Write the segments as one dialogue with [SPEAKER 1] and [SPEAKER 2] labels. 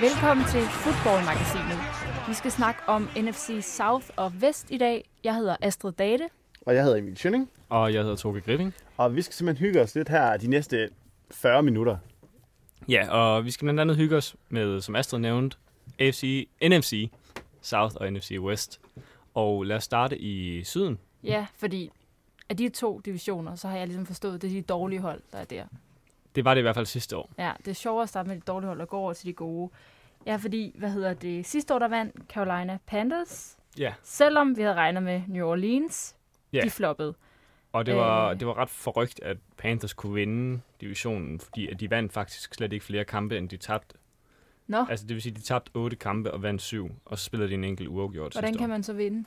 [SPEAKER 1] Velkommen til Footballmagasinet. Vi skal snakke om NFC South og Vest i dag. Jeg hedder Astrid Date.
[SPEAKER 2] Og jeg hedder Emil Schønning.
[SPEAKER 3] Og jeg hedder Toge Griffing.
[SPEAKER 2] Og vi skal simpelthen hygge os lidt her de næste 40 minutter.
[SPEAKER 3] Ja, og vi skal blandt andet hygge os med, som Astrid nævnte, AFC, NFC South og NFC West. Og lad os starte i syden.
[SPEAKER 1] Ja, fordi af de to divisioner, så har jeg ligesom forstået, at det er de dårlige hold, der er der.
[SPEAKER 3] Det var det i hvert fald sidste år.
[SPEAKER 1] Ja, det er sjovere at starte med de dårlige hold og gå over til de gode. Ja, fordi, hvad hedder det, sidste år der vandt Carolina Panthers,
[SPEAKER 3] Ja,
[SPEAKER 1] selvom vi havde regnet med New Orleans,
[SPEAKER 3] Ja.
[SPEAKER 1] de floppede.
[SPEAKER 3] og det var,
[SPEAKER 1] Øh.
[SPEAKER 3] det var ret forrygt, at Panthers kunne vinde divisionen, fordi at de vandt faktisk slet ikke flere kampe, end de tabte.
[SPEAKER 1] Nå,
[SPEAKER 3] Altså, det vil sige, at de tabte otte kampe og vandt syv, og så spillede de en enkelt uafgjort
[SPEAKER 1] hvordan
[SPEAKER 3] sidste
[SPEAKER 1] kan
[SPEAKER 3] år.
[SPEAKER 1] man så vinde?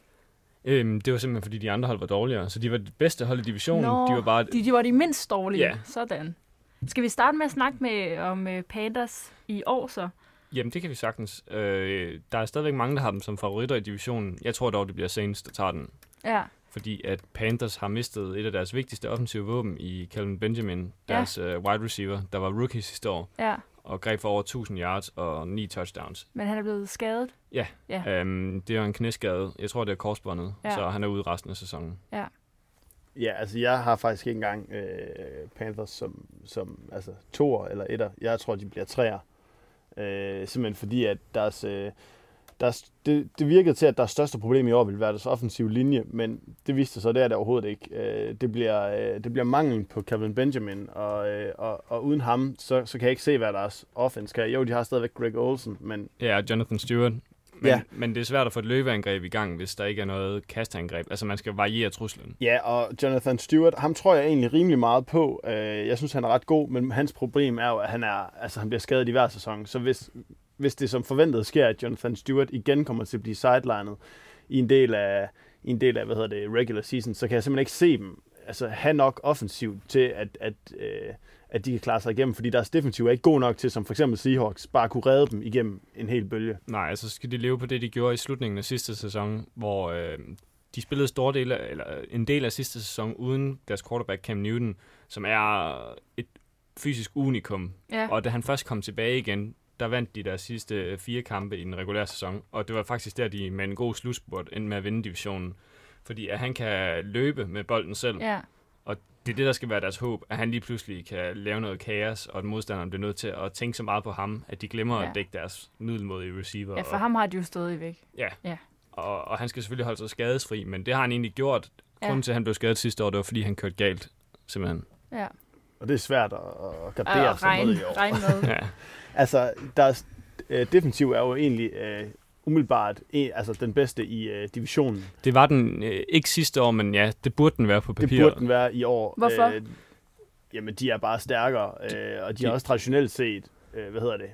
[SPEAKER 3] Øhm, det var simpelthen, fordi de andre hold var dårligere. Så de var det bedste hold i divisionen.
[SPEAKER 1] Nå,
[SPEAKER 3] de var bare...
[SPEAKER 1] De, de var de mindst dårlige.
[SPEAKER 3] Ja.
[SPEAKER 1] Sådan. Skal vi starte med at snakke med om uh, Panthers i år så?
[SPEAKER 3] Jamen, det kan vi sagtens. Øh, der er stadigvæk mange, der har dem som favoritter i divisionen. Jeg tror dog, det bliver Saints, der tager den.
[SPEAKER 1] Ja.
[SPEAKER 3] Fordi at Panthers har mistet et af deres vigtigste offensive våben i Calvin Benjamin,
[SPEAKER 1] Ja.
[SPEAKER 3] deres øh, wide receiver, der var rookie sidste år,
[SPEAKER 1] Ja,
[SPEAKER 3] og greb for over 1000 yards og 9 touchdowns.
[SPEAKER 1] men han er blevet skadet.
[SPEAKER 3] Ja. Øhm, det var en knæskade. Jeg tror, det er korsbåndet,
[SPEAKER 1] Ja.
[SPEAKER 3] ja. så han er ude resten af sæsonen.
[SPEAKER 2] Ja, altså jeg har faktisk ikke engang øh, Panthers som, som altså, toer eller etter. Jeg tror, de bliver træer. Øh, simpelthen fordi, at deres, øh, deres, det, det virkede til, at deres største problem i år ville være deres offensive linje, men det viste sig så, det er det overhovedet ikke. Øh, det, bliver, øh, det bliver manglen på Kevin Benjamin, og, øh, og, og uden ham, så, så kan jeg ikke se, hvad deres offense kan. Jo, de har stadigvæk Greg Olsen, men
[SPEAKER 3] Ja, og Jonathan Stewart. Men,
[SPEAKER 2] Ja.
[SPEAKER 3] men det er svært at få et løbeangreb i gang, hvis der ikke er noget kastangreb. Altså, man skal variere truslen.
[SPEAKER 2] Ja, og Jonathan Stewart, ham tror jeg egentlig rimelig meget på. Øh, Jeg synes, han er ret god, men hans problem er jo, at han, er, altså, han bliver skadet i hver sæson. Så hvis, hvis det som forventet sker, at Jonathan Stewart igen kommer til at blive sidelinet i en del af, i en del af hvad hedder det, regular season, så kan jeg simpelthen ikke se dem altså, have nok offensivt til, at, at, øh, at de kan klare sig igennem, fordi deres defensiv er ikke god nok til, som for eksempel Seahawks, bare at kunne redde dem igennem en hel bølge.
[SPEAKER 3] Nej, altså skal de leve på det, de gjorde i slutningen af sidste sæson, hvor øh, de spillede store dele, af- eller en del af sidste sæson uden deres quarterback Cam Newton, som er et fysisk unikum.
[SPEAKER 1] Ja.
[SPEAKER 3] Og da han først kom tilbage igen, der vandt de deres sidste øh, fire kampe i den regulære sæson, og det var faktisk der, de med en god slutspurt endte med at vinde divisionen. Fordi at han kan løbe med bolden selv,
[SPEAKER 1] Ja.
[SPEAKER 3] og det er det, der skal være deres håb, at han lige pludselig kan lave noget kaos, og at modstanderen bliver nødt til at tænke så meget på ham, at de glemmer
[SPEAKER 1] Ja.
[SPEAKER 3] ja. at dække deres middelmodige receiver.
[SPEAKER 1] ja, for
[SPEAKER 3] op.
[SPEAKER 1] ham har de jo stadig væk.
[SPEAKER 3] Ja.
[SPEAKER 1] Ja.
[SPEAKER 3] Og, og han skal selvfølgelig holde sig skadesfri, men det har han egentlig gjort.
[SPEAKER 1] Ja.
[SPEAKER 3] Grunden til, at han blev skadet sidste år, det var, fordi han kørte galt, simpelthen.
[SPEAKER 1] Ja.
[SPEAKER 2] Og det er svært at, at
[SPEAKER 1] Og,
[SPEAKER 2] gardere
[SPEAKER 1] og
[SPEAKER 2] sig
[SPEAKER 1] regn,
[SPEAKER 2] mod altså i år.
[SPEAKER 1] regn med.
[SPEAKER 3] Ja,
[SPEAKER 2] Altså, deres øh, defensiv er jo egentlig øh, umiddelbart en, altså den bedste i øh, divisionen.
[SPEAKER 3] det var den øh, ikke sidste år, men ja, det burde den være på
[SPEAKER 2] Det
[SPEAKER 3] papir.
[SPEAKER 2] burde den være i år.
[SPEAKER 1] Hvorfor?
[SPEAKER 2] Øh, jamen, de er bare stærkere, øh, og de har
[SPEAKER 3] de-
[SPEAKER 2] også traditionelt set, øh, hvad hedder det,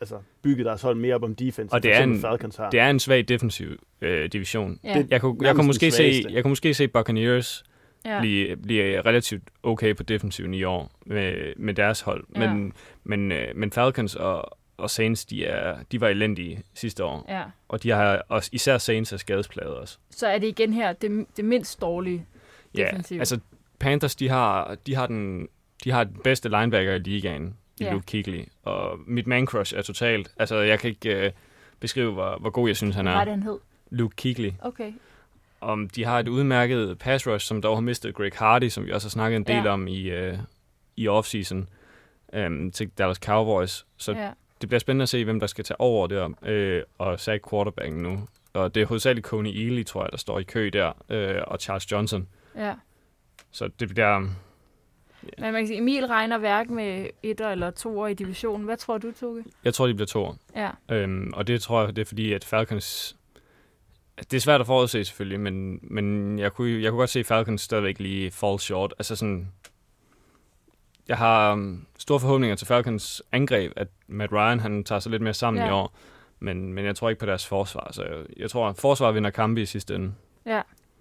[SPEAKER 2] altså bygget deres hold mere op om defense,
[SPEAKER 3] Og
[SPEAKER 2] end
[SPEAKER 3] det
[SPEAKER 2] for
[SPEAKER 3] er
[SPEAKER 2] eksempel
[SPEAKER 3] en-
[SPEAKER 2] Falcons har.
[SPEAKER 3] Det er en svag defensiv øh, division.
[SPEAKER 1] Ja.
[SPEAKER 2] Det-
[SPEAKER 3] Jeg kunne, jeg,
[SPEAKER 2] Nærmest
[SPEAKER 3] kunne
[SPEAKER 2] den
[SPEAKER 3] måske se,
[SPEAKER 2] svageste.
[SPEAKER 3] jeg kunne måske se Buccaneers
[SPEAKER 1] Ja.
[SPEAKER 3] blive, blive relativt okay på defensiven i år med, med deres hold.
[SPEAKER 1] Ja.
[SPEAKER 3] Men, men, øh, men Falcons og, og Saints, de, er, de var elendige sidste år. Ja.
[SPEAKER 1] ja.
[SPEAKER 3] Og de har også, især Saints er skadespladet også.
[SPEAKER 1] Så er det igen her det, det mindst dårlige. defensiv.
[SPEAKER 3] altså Panthers, de har, de har den de har den bedste linebacker i ligaen, i
[SPEAKER 1] Ja.
[SPEAKER 3] Luke Kuechly. Og mit man-crush er totalt... Altså, jeg kan ikke øh, beskrive, hvor, hvor god jeg synes, han
[SPEAKER 1] Hvad er det,
[SPEAKER 3] er.
[SPEAKER 1] han hed?
[SPEAKER 3] Luke Kuechly.
[SPEAKER 1] Okay.
[SPEAKER 3] Om de har et udmærket pass rush, som dog har mistet Greg Hardy, som vi også har snakket en del
[SPEAKER 1] Ja.
[SPEAKER 3] ja. om i, øh, i offseason øhm, til Dallas Cowboys. Så ja.
[SPEAKER 1] Ja.
[SPEAKER 3] det bliver spændende at se, hvem der skal tage over der øh, og sætte quarterbacken nu. Og det er hovedsageligt Coney Ealy, tror jeg, der står i kø der, øh, og Charles Johnson.
[SPEAKER 1] ja.
[SPEAKER 3] Så det bliver...
[SPEAKER 1] Men man kan sige, Emil regner hverken med etter eller toer i divisionen. Hvad tror du, Toge?
[SPEAKER 3] Jeg tror, de bliver toer.
[SPEAKER 1] Ja.
[SPEAKER 3] Øhm, og det tror jeg, det er fordi, at Falcons... Det er svært at forudse selvfølgelig, men, men jeg, kunne, jeg kunne godt se Falcons stadigvæk lige fall short. Altså sådan... Jeg har um, store forhåbninger til Falcons angreb, at Matt Ryan han tager sig lidt mere sammen
[SPEAKER 1] Ja.
[SPEAKER 3] ja. i år. Men, men jeg tror ikke på deres forsvar, så jeg, jeg tror, at forsvar vinder kampe i sidste ende.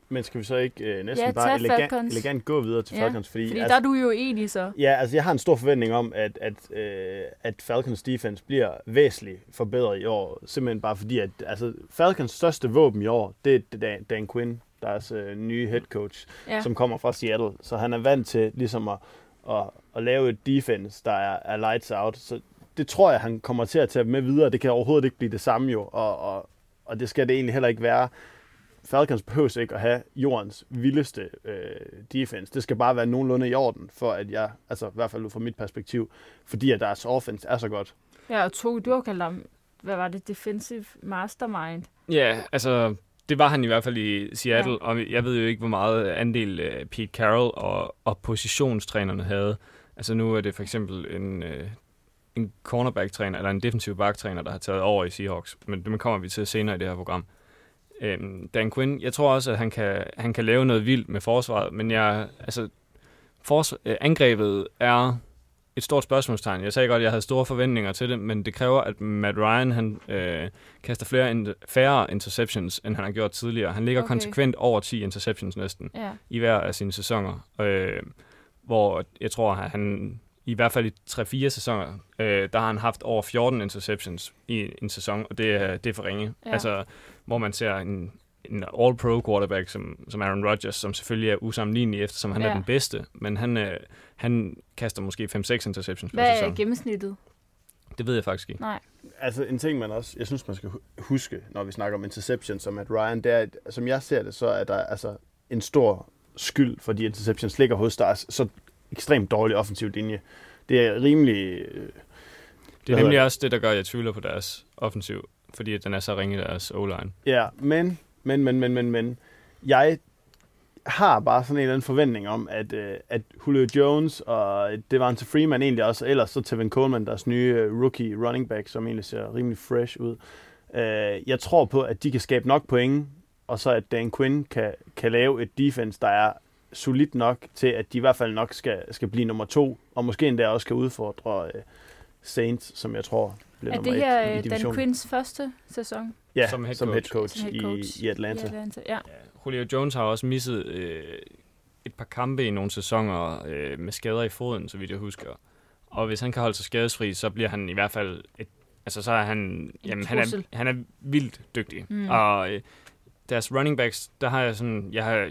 [SPEAKER 2] Men skal vi så ikke øh, næsten
[SPEAKER 1] Ja,
[SPEAKER 2] ja,
[SPEAKER 1] tag
[SPEAKER 2] bare elegant,
[SPEAKER 1] Falcons.
[SPEAKER 2] elegant gå videre til
[SPEAKER 1] Ja,
[SPEAKER 2] Falcons? Fordi,
[SPEAKER 1] Fordi
[SPEAKER 2] altså,
[SPEAKER 1] der er du jo enig så.
[SPEAKER 2] Ja, altså jeg har en stor forventning om, at, at, øh, at Falcons defense bliver væsentligt forbedret i år. Simpelthen bare fordi, at altså, Falcons største våben i år, det er Dan, Dan Quinn, deres øh, nye head coach,
[SPEAKER 1] Ja.
[SPEAKER 2] ja. som kommer fra Seattle. Så han er vant til ligesom at, at, at lave et defense, der er, er lights out. Så det tror jeg, han kommer til at tage med videre. Det kan overhovedet ikke blive det samme jo, og, og, og det skal det egentlig heller ikke være. Falcons behøver ikke at have jordens vildeste øh, defense. Det skal bare være nogenlunde i orden, for at jeg, altså i hvert fald ud fra mit perspektiv, fordi at deres offense er så godt.
[SPEAKER 1] Ja, og Toge, du har kaldt ham, hvad var det, defensive mastermind.
[SPEAKER 3] Ja, altså, det var han i hvert fald i Seattle, ja. og jeg ved jo ikke, hvor meget andel øh, Pete Carroll og, og positionstrænerne havde. Altså nu er det for eksempel en, øh, en cornerback-træner, eller en defensiv back-træner, der har taget over i Seahawks, men det kommer vi til senere i det her program. Øhm, Dan Quinn, jeg tror også, at han kan, han kan lave noget vildt med forsvaret, men jeg, altså, fors- øh, angrebet er et stort spørgsmålstegn. Jeg sagde godt, at jeg havde store forventninger til det, men det kræver, at Matt Ryan han, øh, kaster flere in- færre interceptions, end han har gjort tidligere. Han ligger
[SPEAKER 1] Okay.
[SPEAKER 3] okay. konsekvent over 10 interceptions næsten
[SPEAKER 1] Ja.
[SPEAKER 3] i hver af sine sæsoner, øh, hvor jeg tror, at han i hvert fald i 3-4 sæsoner, øh, der har han haft over 14 interceptions i en sæson, og det, er- det er for ringe.
[SPEAKER 1] Ja.
[SPEAKER 3] Ja. Altså, hvor man ser en, en all-pro quarterback som, som Aaron Rodgers, som selvfølgelig er usammenlignelig, eftersom han ja.
[SPEAKER 1] Ja.
[SPEAKER 3] er den bedste, men han, øh, han kaster måske 5-6 interceptions per
[SPEAKER 1] Hvad er
[SPEAKER 3] sæson.
[SPEAKER 1] gennemsnittet?
[SPEAKER 3] Det ved jeg faktisk ikke.
[SPEAKER 1] Nej.
[SPEAKER 2] Altså en ting, man også, jeg synes, man skal hu- huske, når vi snakker om interception, som at Ryan, det er, at- som jeg ser det, så er der altså en stor skyld for de interceptions ligger hos deres så ekstremt dårlig offensiv linje. Det er rimelig... øh,
[SPEAKER 3] Det er
[SPEAKER 2] Hvad
[SPEAKER 3] nemlig
[SPEAKER 2] hedder
[SPEAKER 3] også det, der gør, at jeg tvivler på deres offensiv, fordi at den er så ringe i deres O-line.
[SPEAKER 2] Ja, men, men, men, men, men, men, jeg har bare sådan en eller anden forventning om, at, øh, at Julio Jones og Devante Freeman egentlig også, og ellers så Tevin Coleman, deres nye øh, rookie running back, som egentlig ser rimelig fresh ud. Øh, jeg tror på, at de kan skabe nok point, og så at Dan Quinn kan, kan lave et defense, der er solidt nok til, at de i hvert fald nok skal, skal blive nummer to, og måske endda også kan udfordre øh, Saints, som jeg tror bliver
[SPEAKER 1] Er
[SPEAKER 2] nummer
[SPEAKER 1] det
[SPEAKER 2] et i
[SPEAKER 1] her øh, Dan
[SPEAKER 2] divisionen.
[SPEAKER 1] Quinns første sæson
[SPEAKER 2] ja,
[SPEAKER 3] som head
[SPEAKER 2] som head coach,
[SPEAKER 1] som head coach
[SPEAKER 2] i, i Atlanta.
[SPEAKER 1] I Atlanta. Ja.
[SPEAKER 3] Julio Jones har også misset øh, et par kampe i nogle sæsoner øh, med skader i foden, så vidt jeg husker. Og hvis han kan holde sig skadesfri, så bliver han i hvert fald et, altså så er han, jamen, han, er,
[SPEAKER 1] trussel.
[SPEAKER 3] han er vildt dygtig.
[SPEAKER 1] Mm.
[SPEAKER 3] Mm. Og øh, deres running backs, der har jeg sådan, jeg har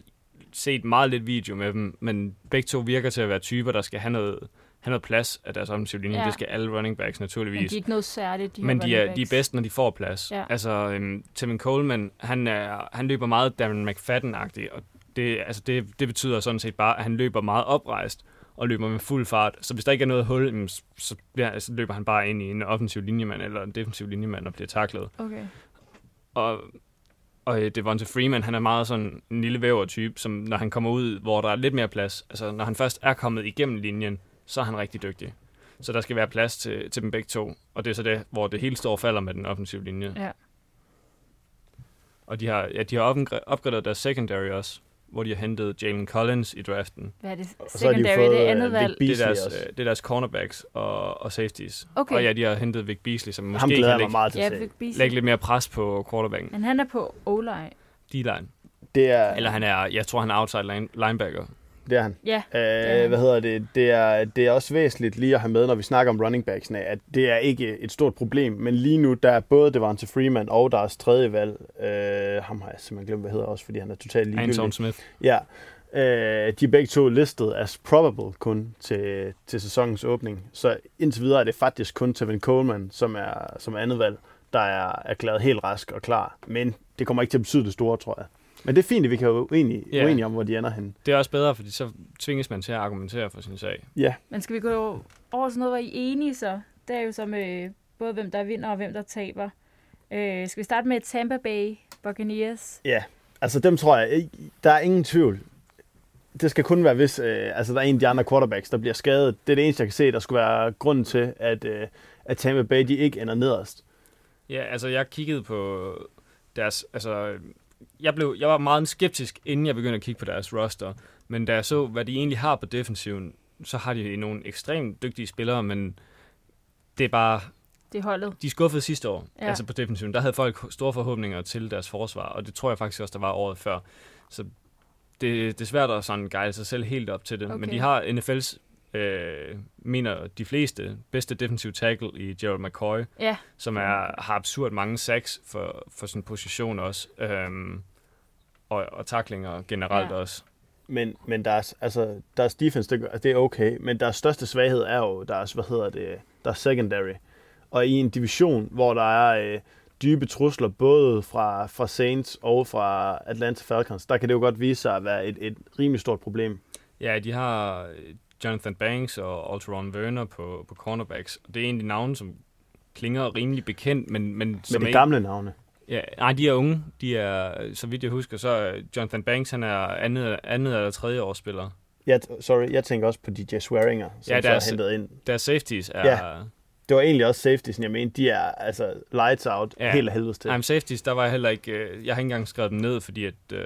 [SPEAKER 3] set meget lidt video med dem, men begge to virker til at være typer, der skal have noget, have noget plads af deres offensiv linje.
[SPEAKER 1] Ja.
[SPEAKER 3] Ja. Det skal alle running backs
[SPEAKER 1] Men
[SPEAKER 3] naturligvis.
[SPEAKER 1] de er ikke noget særligt, de her
[SPEAKER 3] Men de
[SPEAKER 1] running
[SPEAKER 3] er, de er
[SPEAKER 1] backs.
[SPEAKER 3] bedst, når de får plads.
[SPEAKER 1] Ja.
[SPEAKER 3] Altså, øhm, Tevin Coleman, han, er, han løber meget Darren McFadden-agtig, og det, altså det, det betyder sådan set bare, at han løber meget oprejst og løber med fuld fart. Så hvis der ikke er noget hul, jamen, s- så, bliver, altså, løber han bare ind i en offensiv linjemand eller en defensiv linjemand og bliver taklet.
[SPEAKER 1] Okay.
[SPEAKER 3] Og, og øh, Devonta Freeman, han er meget sådan en lille væver-type, som når han kommer ud, hvor der er lidt mere plads, altså når han først er kommet igennem linjen, så er han rigtig dygtig. Så der skal være plads til, til dem begge to. Og det er så det, hvor det hele står og falder med den offensive linje.
[SPEAKER 1] Ja.
[SPEAKER 3] Og de har, ja, de har opgra- opgraderet deres secondary også, hvor de har hentet Jalen Collins i draften.
[SPEAKER 1] Hvad er det?
[SPEAKER 2] Og så har de jo
[SPEAKER 1] Secondary,
[SPEAKER 2] fået,
[SPEAKER 1] det er
[SPEAKER 2] øh,
[SPEAKER 1] andet
[SPEAKER 2] Vic
[SPEAKER 1] valg.
[SPEAKER 2] Beasley
[SPEAKER 3] det, er deres,
[SPEAKER 2] også.
[SPEAKER 3] øh, det er deres cornerbacks og, og safeties.
[SPEAKER 1] Okay.
[SPEAKER 3] Og ja, de altså har hentet Vic Beasley, som
[SPEAKER 2] Ham
[SPEAKER 3] måske
[SPEAKER 2] glæder jeg
[SPEAKER 3] kan
[SPEAKER 2] mig
[SPEAKER 3] lægge,
[SPEAKER 2] meget til
[SPEAKER 1] Ja,
[SPEAKER 2] at se.
[SPEAKER 1] Vic Beasley.
[SPEAKER 3] lægge lidt mere pres på quarterbacken.
[SPEAKER 1] Men han er på O-line.
[SPEAKER 3] D-line.
[SPEAKER 2] Det er,
[SPEAKER 3] Eller han er, jeg tror, han er outside line, linebacker.
[SPEAKER 2] det er han.
[SPEAKER 1] Ja, er
[SPEAKER 2] Øh,
[SPEAKER 1] han.
[SPEAKER 2] hvad hedder det? Det er, det er også væsentligt lige at have med, når vi snakker om running backsene, at det er ikke et stort problem, men lige nu, der er både Devante Freeman og deres tredje valg, øh, ham har jeg simpelthen glemt, hvad hedder også, fordi han er totalt
[SPEAKER 3] Anton
[SPEAKER 2] ligegyldig.
[SPEAKER 3] Smith.
[SPEAKER 2] Ja, øh, de er begge to listet as probable kun til, til sæsonens åbning, så indtil videre er det faktisk kun Tevin Coleman, som er, som er andet valg, der er erklæret helt rask og klar, men det kommer ikke til at betyde det store, tror jeg. Men det er fint, at vi kan være uenige,
[SPEAKER 3] Ja.
[SPEAKER 2] yeah. uenige om, hvor de ender henne.
[SPEAKER 3] Det er også bedre, fordi så tvinges man til at argumentere for sin sag.
[SPEAKER 2] Ja,
[SPEAKER 1] Men skal vi gå over sådan noget, hvor I er enige så? Det er jo så med både hvem der vinder og hvem der taber. Øh, skal vi starte med Tampa Bay Buccaneers?
[SPEAKER 2] Ja, altså dem tror jeg, ikke- der er ingen tvivl. Det skal kun være, hvis øh, altså, der er en af de andre quarterbacks, der bliver skadet. Det er det eneste, jeg kan se, der skulle være grunden til, at, øh, at Tampa Bay de ikke ender nederst.
[SPEAKER 3] Ja, altså jeg kiggede på deres, altså jeg, blev, jeg var meget skeptisk, inden jeg begyndte at kigge på deres roster, men da jeg så, hvad de egentlig har på defensiven, så har de nogle ekstremt dygtige spillere, men det er bare,
[SPEAKER 1] Det er holdet.
[SPEAKER 3] de er skuffede sidste år,
[SPEAKER 1] Ja.
[SPEAKER 3] ja. altså på defensiven. Der havde folk store forhåbninger til deres forsvar, og det tror jeg faktisk også, der var året før. Så det, det er svært at sådan guide sig selv helt op til det. Okay.
[SPEAKER 1] Okay.
[SPEAKER 3] Men de har NFL's, øh, mener de fleste, bedste defensive tackle i Gerald McCoy,
[SPEAKER 1] Ja,
[SPEAKER 3] som er, har absurd mange sacks for, for sin position også. Øhm, og, og taklinger generelt
[SPEAKER 1] Ja.
[SPEAKER 3] ja. også.
[SPEAKER 2] Men, men deres, altså, deres defense, det, gør- det er okay, men deres største svaghed er jo deres, hvad hedder det, deres secondary. og i en division, hvor der er øh, dybe trusler både fra, fra Saints og fra Atlanta Falcons, der kan det jo godt vise sig at være et, et rimelig stort problem.
[SPEAKER 3] Ja, de har øh, Jonathan Banks og Alteron Werner på, på cornerbacks. Det er egentlig navne, som klinger rimelig bekendt, men... Men,
[SPEAKER 2] Men
[SPEAKER 3] som
[SPEAKER 2] det
[SPEAKER 3] ikke-
[SPEAKER 2] gamle navne.
[SPEAKER 3] Ja, nej, de er unge. De er, så vidt jeg husker, så er Jonathan Banks, han er andet, andet eller tredje årsspiller.
[SPEAKER 2] Jeg, t- sorry, jeg tænker også på DJ Swearinger, som
[SPEAKER 3] Ja,
[SPEAKER 2] ja,
[SPEAKER 3] deres-
[SPEAKER 2] er hentet ind.
[SPEAKER 3] Deres safeties er...
[SPEAKER 2] Ja. Det var egentlig også safety, som jeg mente, de er altså lights out
[SPEAKER 3] Ja.
[SPEAKER 2] ja. helt af helvedes til.
[SPEAKER 3] Nej, men safeties, der var jeg heller ikke... øh, Jeg har ikke engang skrevet dem ned, fordi at, øh,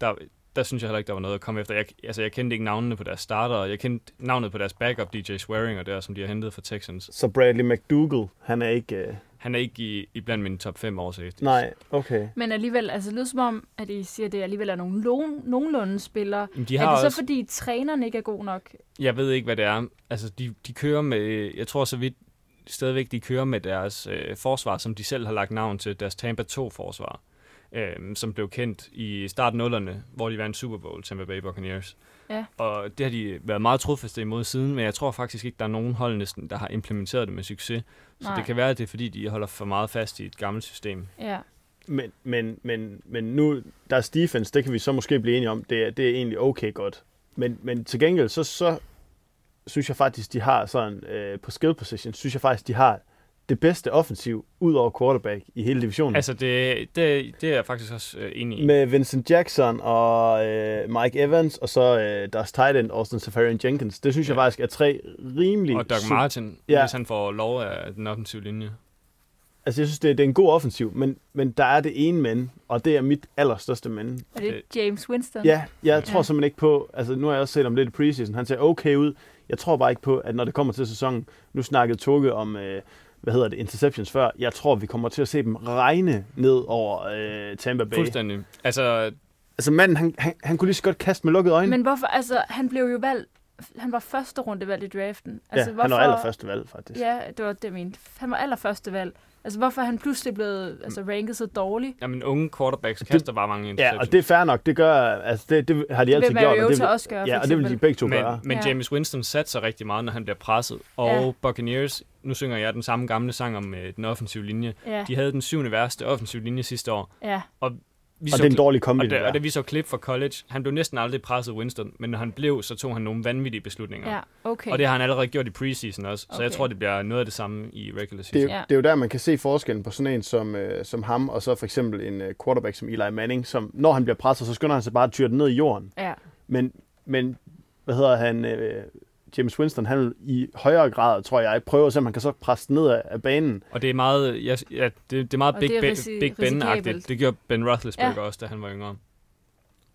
[SPEAKER 3] der, der synes jeg heller ikke, der var noget at komme efter. Jeg, altså, jeg kendte ikke navnene på deres starter, og jeg kendte navnet på deres backup, DJ Swearinger, der, som de har hentet fra Texans.
[SPEAKER 2] Så Bradley McDougal, han er ikke... Øh,
[SPEAKER 3] Han er ikke i, i blandt mine top 5 over safeties.
[SPEAKER 2] nej, okay.
[SPEAKER 1] Men alligevel, altså det lyder som om, at I siger, at det alligevel er nogle lo- nogenlunde spillere.
[SPEAKER 3] Men de
[SPEAKER 1] Er
[SPEAKER 3] har
[SPEAKER 1] det så
[SPEAKER 3] også,
[SPEAKER 1] fordi træneren ikke er god nok?
[SPEAKER 3] Jeg ved ikke, hvad det er. Altså, de, de kører med... Jeg tror så vidt stadigvæk, de kører med deres øh, forsvar, som de selv har lagt navn til, deres Tampa 2-forsvar, øh, som blev kendt i starten af 0'erne, hvor de vandt Super Bowl, Tampa Bay Buccaneers.
[SPEAKER 1] Ja.
[SPEAKER 3] Og det har de været meget trofaste imod siden, men jeg tror faktisk ikke, der er nogen hold næsten, der har implementeret det med succes. Så
[SPEAKER 1] Nej.
[SPEAKER 3] det kan være, at det er, fordi de holder for meget fast i et gammelt system.
[SPEAKER 1] Ja.
[SPEAKER 2] Men, men, men, men nu, deres defense, det kan vi så måske blive enige om, det er, det er egentlig okay godt. Men, men til gengæld, så, så synes jeg faktisk, de har sådan, øh, på skill position, synes jeg faktisk, de har det bedste offensiv ud over quarterback i hele divisionen. Altså,
[SPEAKER 3] Altså, det, det, det er jeg faktisk også øh, enig i.
[SPEAKER 2] med Vincent Jackson og øh, Mike Evans, og så øh, deres tight end, Austin Safarian Jenkins. Det synes jeg
[SPEAKER 3] Ja.
[SPEAKER 2] faktisk er tre rimelig...
[SPEAKER 3] Og Doug
[SPEAKER 2] su-
[SPEAKER 3] Martin,
[SPEAKER 2] Ja.
[SPEAKER 3] hvis han får lov af den offensive linje.
[SPEAKER 2] Altså, jeg synes, det er, det er en god offensiv, men, men der er det ene men, og det er mit allerstørste men,
[SPEAKER 1] Er
[SPEAKER 3] Øh,
[SPEAKER 1] det James Winston?
[SPEAKER 2] Ja, jeg tror
[SPEAKER 1] Ja.
[SPEAKER 2] simpelthen ikke på, altså nu har jeg også set om lidt i preseason, han ser okay ud. Jeg tror bare ikke på, at når det kommer til sæsonen, nu snakkede Toge om, øh, hvad hedder det, interceptions før, jeg tror, vi kommer til at se dem regne ned over øh, Tampa Bay.
[SPEAKER 3] Fuldstændig. Altså,
[SPEAKER 2] Altså manden, han, han, han kunne lige så godt kaste med lukkede øjne.
[SPEAKER 1] Men hvorfor, altså han blev jo valgt, han var første rundevalg i draften.
[SPEAKER 2] ja,
[SPEAKER 1] Altså,
[SPEAKER 2] han
[SPEAKER 1] hvorfor,
[SPEAKER 2] var allerførste valg, faktisk.
[SPEAKER 1] Ja, det var det, jeg mente. Han var allerførste valg. Altså hvorfor er han pludselig blevet altså, ranket så dårligt?
[SPEAKER 3] Jamen, unge quarterbacks
[SPEAKER 2] Det-
[SPEAKER 3] kaster bare mange interceptions.
[SPEAKER 2] Ja, og det er fair nok, det gør, altså det, det har de
[SPEAKER 1] Det
[SPEAKER 2] altid
[SPEAKER 1] vil
[SPEAKER 2] gjort.
[SPEAKER 1] Mariota
[SPEAKER 2] og det,
[SPEAKER 1] også
[SPEAKER 2] vil-
[SPEAKER 1] også gøre,
[SPEAKER 2] ja,
[SPEAKER 1] for
[SPEAKER 2] og det vil de
[SPEAKER 1] eksempel.
[SPEAKER 2] begge to gøre.
[SPEAKER 3] men, men
[SPEAKER 1] Ja.
[SPEAKER 3] James Winston satser rigtig meget, når han bliver presset. Og
[SPEAKER 1] Ja.
[SPEAKER 3] Buccaneers, nu synger jeg den samme gamle sang om øh, den offensive linje.
[SPEAKER 1] Ja,
[SPEAKER 3] De havde den syvende værste offensive linje sidste år.
[SPEAKER 1] ja.
[SPEAKER 3] Vi
[SPEAKER 2] Og det er en
[SPEAKER 3] kli-
[SPEAKER 2] dårlig kombi, det
[SPEAKER 3] og, da,
[SPEAKER 2] der.
[SPEAKER 3] og da vi så klip fra college, han blev næsten aldrig presset Winston, men når han blev, så tog han nogle vanvittige beslutninger.
[SPEAKER 1] ja okay.
[SPEAKER 3] Og det har han allerede gjort i preseason også, så jeg
[SPEAKER 1] Okay.
[SPEAKER 3] tror, det bliver noget af det samme i regular
[SPEAKER 2] Det er,
[SPEAKER 3] season.
[SPEAKER 2] jo,
[SPEAKER 1] Ja.
[SPEAKER 2] det er jo der, man kan se forskellen på sådan en som, øh, som ham, og så for eksempel en øh, quarterback som Eli Manning, som når han bliver presset, så skynder han sig bare at tyre den ned i jorden.
[SPEAKER 1] Ja,
[SPEAKER 2] Men, men hvad hedder han, øh, James Winston, han vil i højere grad, tror jeg, prøve at se, om han kan så presse den ned af, af banen.
[SPEAKER 3] Og det er meget, ja, ja, det, det er meget
[SPEAKER 1] Og
[SPEAKER 3] Big,
[SPEAKER 1] det er
[SPEAKER 3] Ben-
[SPEAKER 1] risi-
[SPEAKER 3] Big Ben-agtigt.
[SPEAKER 1] risikabelt.
[SPEAKER 3] Det gjorde Ben Roethlisberger også, da han var yngre.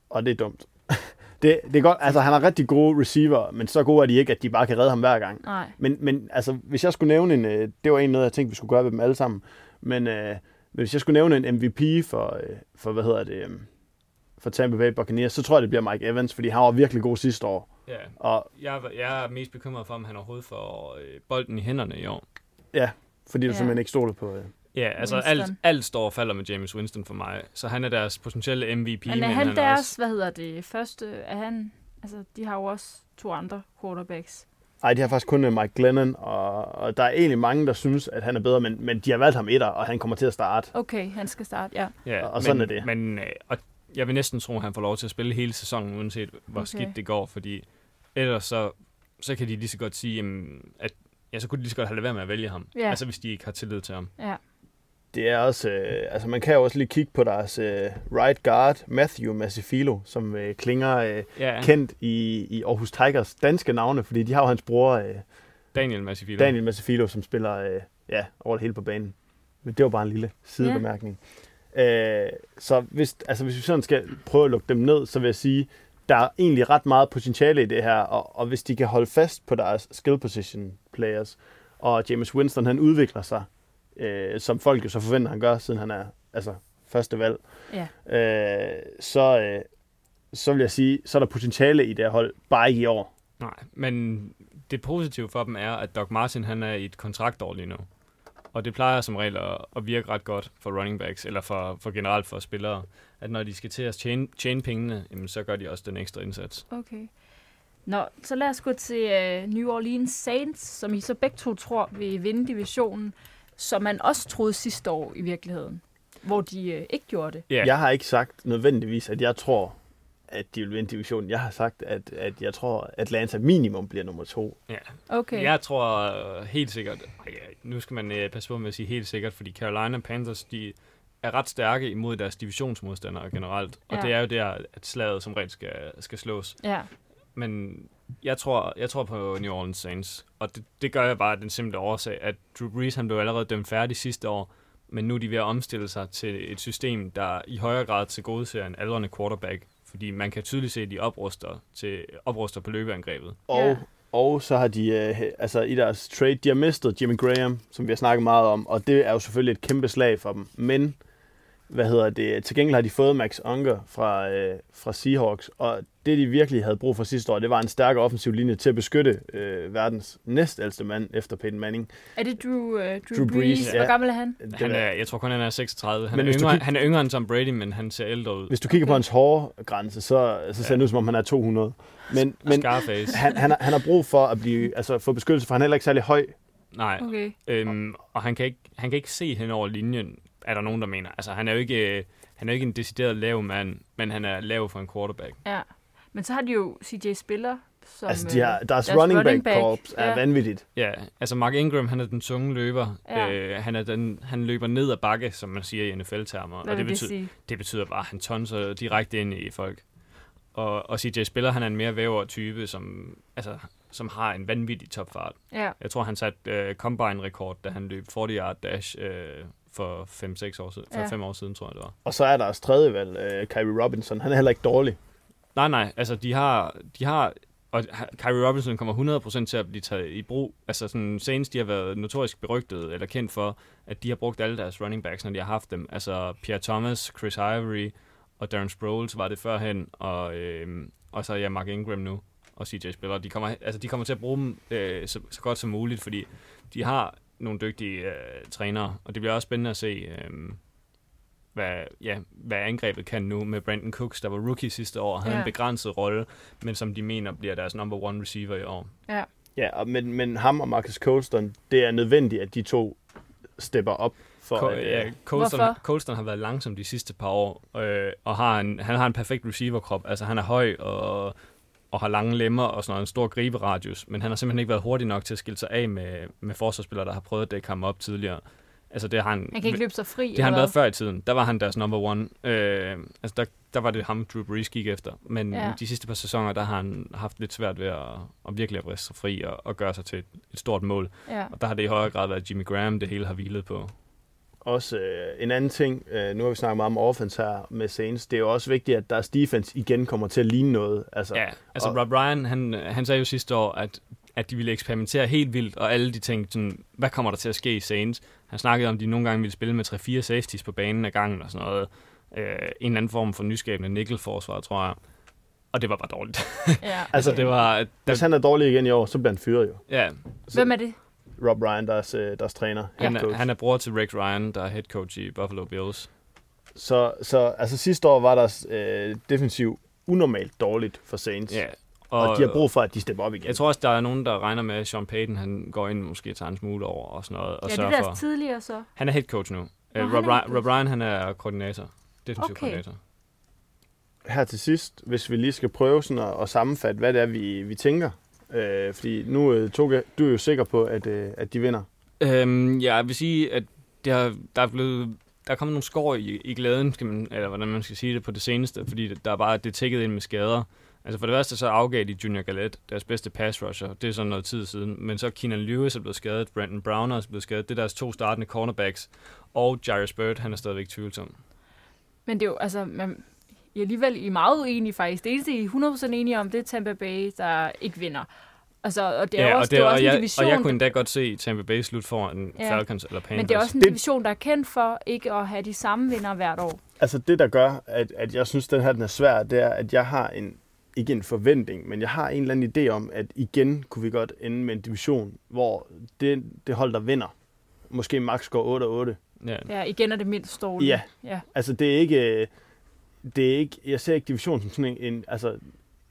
[SPEAKER 2] Og det er dumt. det, det er godt, altså han har rigtig gode receiver, men så gode er de ikke, at de bare kan redde ham hver gang.
[SPEAKER 1] nej.
[SPEAKER 2] Men, men altså, hvis jeg skulle nævne en, øh, det var en noget, jeg tænkte, vi skulle gøre ved dem alle sammen, men øh, men hvis jeg skulle nævne en MVP for, øh, for hvad hedder det, øh, for Tampa Bay Buccaneers, så tror jeg, det bliver Mike Evans, fordi han var virkelig god sidste år.
[SPEAKER 3] Ja.
[SPEAKER 2] Og
[SPEAKER 3] Jeg, er- jeg er mest bekymret for, om han overhovedet får øh, bolden i hænderne i år.
[SPEAKER 2] fordi du
[SPEAKER 1] Ja.
[SPEAKER 2] simpelthen ikke stoler på... Øh.
[SPEAKER 3] Ja, altså
[SPEAKER 1] Winston.
[SPEAKER 3] alt, alt står og falder med James Winston for mig. Så han er deres potentielle MVP,
[SPEAKER 1] Men er han
[SPEAKER 3] han
[SPEAKER 1] deres,
[SPEAKER 3] også...
[SPEAKER 1] hvad hedder det, første, er han, altså de har jo også to andre quarterbacks.
[SPEAKER 2] Ej, de har faktisk kun øh, Mike Glennon, og, og der er egentlig mange, der synes, at han er bedre, men, men de har valgt ham etter, og han kommer til at starte.
[SPEAKER 1] Okay, han skal starte, ja.
[SPEAKER 3] Ja,
[SPEAKER 2] og sådan
[SPEAKER 3] men,
[SPEAKER 2] er det.
[SPEAKER 3] Men øh, og jeg vil næsten tro, at han får lov til at spille hele sæsonen, uanset hvor okay.
[SPEAKER 1] Okay.
[SPEAKER 3] skidt det går, fordi ellers så, så kan de lige så godt sige, jamen, at ja, så kunne de lige så godt have lade være med at vælge ham.
[SPEAKER 1] Ja.
[SPEAKER 3] Altså hvis de ikke har tillid til ham.
[SPEAKER 1] Ja,
[SPEAKER 2] Det er også, øh, altså man kan jo også lige kigge på deres øh, right guard, Matthew Massifilo, som øh, klinger øh,
[SPEAKER 3] Ja,
[SPEAKER 2] kendt i, i Aarhus Tigers danske navne, fordi de har jo hans bror, øh,
[SPEAKER 3] Daniel Massifilo.
[SPEAKER 2] Daniel Massifilo, som spiller øh, ja, over det hele på banen. Men det var bare en lille sidebemærkning. Øh, så hvis, altså, hvis vi sådan skal prøve at lukke dem ned, så vil jeg sige, der er egentlig ret meget potentiale i det her, og, og hvis de kan holde fast på deres skill position players, og James Winston han udvikler sig, øh, som folk jo så forventer, han gør, siden han er altså, første valg,
[SPEAKER 1] ja.
[SPEAKER 2] øh, så, øh, så vil jeg sige, så er der potentiale i det her hold, bare ikke i år.
[SPEAKER 3] Nej, men det positive for dem er, at Doc Martin han er i et kontraktår lige nu. Og det plejer som regel at, at virke ret godt for running backs, eller for, for generelt for spillere, at når de skal til at tjene, tjene pengene, jamen, så gør de også den ekstra indsats.
[SPEAKER 1] Okay. Nå, så lad os gå til øh, New Orleans Saints, som I så begge to tror vil vinde divisionen. som man også troede sidste år i virkeligheden, hvor de øh, ikke gjorde det.
[SPEAKER 3] Ja.
[SPEAKER 2] Jeg har ikke sagt nødvendigvis, at jeg tror, at de vil vinde divisionen. Jeg har sagt, at, at jeg tror, at Atlanta minimum bliver nummer to.
[SPEAKER 1] Okay.
[SPEAKER 3] Jeg tror øh, helt sikkert, ej, ja, nu skal man øh, passe på med at sige helt sikkert, fordi Carolina Panthers, de er ret stærke imod deres divisionsmodstandere generelt, og
[SPEAKER 1] Ja.
[SPEAKER 3] det er jo der, at slaget som rent skal, skal slås.
[SPEAKER 1] Ja.
[SPEAKER 3] Men jeg tror, jeg tror på New Orleans Saints, og det, det gør jeg bare af den simple årsag, at Drew Brees han blev allerede dømt færdig sidste år, men nu er de ved at omstille sig til et system, der i højere grad til gode ser en aldrende quarterback, fordi man kan tydeligt se, at de opruster, til, opruster på løbeangrebet.
[SPEAKER 2] Og,
[SPEAKER 1] Ja.
[SPEAKER 2] og så har de, øh, altså i deres trade, de har mistet Jimmy Graham, som vi har snakket meget om, og det er jo selvfølgelig et kæmpe slag for dem. Men, hvad hedder det, til gengæld har de fået Max Unger fra, øh, fra Seahawks, og det de virkelig havde brug for sidste år, det var en stærk offensiv linje til at beskytte øh, verdens næstældste mand efter Peyton Manning.
[SPEAKER 1] Er det Drew, øh, Drew,
[SPEAKER 2] Drew
[SPEAKER 1] Drew
[SPEAKER 2] Brees,
[SPEAKER 1] Brees?
[SPEAKER 2] ja.
[SPEAKER 1] Hvor gammel er han?
[SPEAKER 2] Den
[SPEAKER 3] Han er, jeg tror kun, han er 36.
[SPEAKER 2] Men
[SPEAKER 3] Han, men er,
[SPEAKER 2] hvis du
[SPEAKER 3] yngre,
[SPEAKER 2] kig-
[SPEAKER 3] han er yngre end Tom Brady, men han ser ældre ud.
[SPEAKER 2] Hvis du kigger på hans hårde grænse, så, så ser
[SPEAKER 3] Ja.
[SPEAKER 2] det ud, som om han er 200. Men,
[SPEAKER 3] Men...
[SPEAKER 2] men
[SPEAKER 3] Scarface.
[SPEAKER 2] han, han, har, han har brug for at blive, altså, få beskyttelse, for han er heller ikke særlig høj.
[SPEAKER 3] Nej,
[SPEAKER 1] Okay.
[SPEAKER 3] øhm, og han kan, ikke, han kan ikke se hen over linjen, er der nogen, der mener. Altså, han er jo ikke, øh, han er jo ikke en decideret lav mand, men han er lav for en quarterback.
[SPEAKER 1] Ja. Men så har de jo CJ Spiller, som...
[SPEAKER 2] Altså, de har,
[SPEAKER 1] øh,
[SPEAKER 2] deres,
[SPEAKER 1] deres
[SPEAKER 2] running back
[SPEAKER 1] running back,
[SPEAKER 2] corps er
[SPEAKER 1] ja.
[SPEAKER 2] vanvittigt.
[SPEAKER 3] Ja, altså Mark Ingram, han er den tunge løber.
[SPEAKER 1] Ja.
[SPEAKER 3] Øh, han, er den, han løber ned ad bakke, som man siger i NFL-termer.
[SPEAKER 1] Hvad vil
[SPEAKER 3] Og det,
[SPEAKER 1] det
[SPEAKER 3] betyder,
[SPEAKER 1] sige?
[SPEAKER 3] det betyder bare, at han tonser direkte ind i folk. Og, og CJ Spiller, han er en mere væver type, som, altså, som har en vanvittig topfart.
[SPEAKER 1] Ja.
[SPEAKER 3] Jeg tror, han satte øh, combine-rekord, da han løb 40-yard dash øh, for 5-6 år siden. For
[SPEAKER 1] Ja.
[SPEAKER 3] 5 år siden, tror jeg, det var.
[SPEAKER 2] Og så er deres tredje valg, øh, Kyrie Robinson. Han er heller ikke dårlig.
[SPEAKER 3] Nej, nej, altså de har... De har og ha- Kyrie Robinson kommer 100% til at blive taget i brug. Altså sådan, Saints, de har været notorisk berygtet eller kendt for, at de har brugt alle deres running backs, når de har haft dem. Altså Pierre Thomas, Chris Ivory og Darren Sproles var det førhen, og, øh, og så ja, Mark Ingram nu og CJ Spiller. De kommer, altså, de kommer til at bruge dem øh, så, så godt som muligt, fordi de har nogle dygtige øh, trænere, og det bliver også spændende at se, øh, hvad, ja, hvad angrebet kan nu med Brandon Cooks, der var rookie sidste år, havde
[SPEAKER 1] Ja.
[SPEAKER 3] en begrænset rolle, men som de mener bliver deres number one receiver i år.
[SPEAKER 2] Ja, og, men, men ham og Marcus Colston, det er nødvendigt, at de to stepper op. For,
[SPEAKER 3] Co-
[SPEAKER 2] at, øh,
[SPEAKER 3] ja, Colston,
[SPEAKER 1] Hvorfor?
[SPEAKER 3] Colston har været langsom de sidste par år, øh, og har en, han har en perfekt receiverkrop. Altså han er høj og, og har lange lemmer og sådan noget, en stor griberadius, men han har simpelthen ikke været hurtig nok til at skille sig af med, med forsvarsspillere, der har prøvet at dække ham op tidligere. Altså det har han,
[SPEAKER 1] Han kan ikke løbe sig fri.
[SPEAKER 3] Det har han
[SPEAKER 1] eller
[SPEAKER 3] været før i tiden. Der var han deres number one. Øh, altså der, der var det ham, Drew Brees gik efter. Men
[SPEAKER 1] Ja.
[SPEAKER 3] ja. de sidste par sæsoner, der har han haft lidt svært ved at, at virkelig at vriste sig fri og, og gøre sig til et, et stort mål.
[SPEAKER 1] hvad? Ja.
[SPEAKER 3] Og der har det i højere grad været Jimmy Graham, det hele har hvilet på.
[SPEAKER 2] Også øh, en anden ting, øh, nu har vi snakket meget om offense her med Saints, det er jo også vigtigt, at deres defense igen kommer til at ligne noget. Altså,
[SPEAKER 3] Ja, altså
[SPEAKER 2] og-
[SPEAKER 3] Rob Ryan, han, han sagde jo sidste år, at, at de ville eksperimentere helt vildt, og alle de tænkte sådan, hvad kommer der til at ske i Saints? Han snakkede om, at de nogle gange ville spille med 3-4 safeties på banen ad gangen og sådan noget. Øh, en eller anden form for nyskabende nickelforsvar, tror jeg. Og det var bare dårligt.
[SPEAKER 1] ja.
[SPEAKER 2] Altså,
[SPEAKER 3] Altså, det var... Der,
[SPEAKER 2] Hvis han er dårlig igen i år, så bliver han fyret jo.
[SPEAKER 3] ja,
[SPEAKER 2] Så
[SPEAKER 1] Hvem er det?
[SPEAKER 2] Rob Ryan, deres, øh, deres træner.
[SPEAKER 3] Han,
[SPEAKER 2] head
[SPEAKER 3] er,
[SPEAKER 2] coach.
[SPEAKER 3] han er bror til Rex Ryan, der er head coach i Buffalo Bills.
[SPEAKER 2] Så, så altså sidste år var deres øh, defensiv unormalt dårligt for Saints. Og, og de har brug for, at de stepper op igen.
[SPEAKER 3] Jeg tror også, der er nogen, der regner med, at Sean Payton han går ind og måske tager en smule over og sådan noget. Og
[SPEAKER 1] Ja, det
[SPEAKER 3] sørger
[SPEAKER 1] er
[SPEAKER 3] for.
[SPEAKER 1] deres tidligere så.
[SPEAKER 3] Han er head coach nu. Nå,
[SPEAKER 1] han
[SPEAKER 3] Rob,
[SPEAKER 1] er head
[SPEAKER 3] Ryan,
[SPEAKER 1] coach.
[SPEAKER 3] Rob Ryan, han er koordinator. Defensiv
[SPEAKER 1] Okay.
[SPEAKER 3] koordinator.
[SPEAKER 2] Her til sidst, hvis vi lige skal prøve sådan at, at sammenfatte, hvad det er, vi, vi tænker. Øh, fordi nu, øh, Toge, du er jo sikker på, at, øh, at de vinder.
[SPEAKER 3] Øhm, ja, jeg vil sige, at det har, der er blevet der er kommet nogle skår i, i glæden, skal man, eller hvordan man skal sige det, på det seneste, fordi det- der er bare det er tækket ind med skader. Altså for det værste, så afgav de Junior Gallet, deres bedste pass rusher. Det er sådan noget tid siden. Men så Keenan Lewis er blevet skadet, Brandon Brown er også blevet skadet. Det er deres to startende cornerbacks. Og Jairus Bird, han er stadigvæk tvivlsom.
[SPEAKER 1] Men det er jo, altså, man, I er alligevel I er meget uenige faktisk. Det eneste, I er 100% enige om, det er Tampa Bay, der ikke vinder. Altså, og det er ja, også, det, er jo
[SPEAKER 3] og,
[SPEAKER 1] også en
[SPEAKER 3] jeg,
[SPEAKER 1] division,
[SPEAKER 3] og jeg kunne endda godt se Tampa Bay slut foran
[SPEAKER 1] Ja.
[SPEAKER 3] ja. Falcons eller Panthers.
[SPEAKER 1] men det er også en
[SPEAKER 2] Det-
[SPEAKER 1] division, der er kendt for ikke at have de samme vinder hvert år.
[SPEAKER 2] Altså det, der gør, at, at jeg synes, den her den er svær, det er, at jeg har en, ikke en forventning, men jeg har en eller anden idé om, at igen kunne vi godt ende med en division, hvor det, det hold, der vinder, måske max går 8-8.
[SPEAKER 3] ja.
[SPEAKER 1] Ja, igen er det mindst dårligt.
[SPEAKER 2] Ja,
[SPEAKER 1] ja.
[SPEAKER 2] Altså, det er ikke... øh, Det er ikke jeg ser ikke division som sådan en, en altså,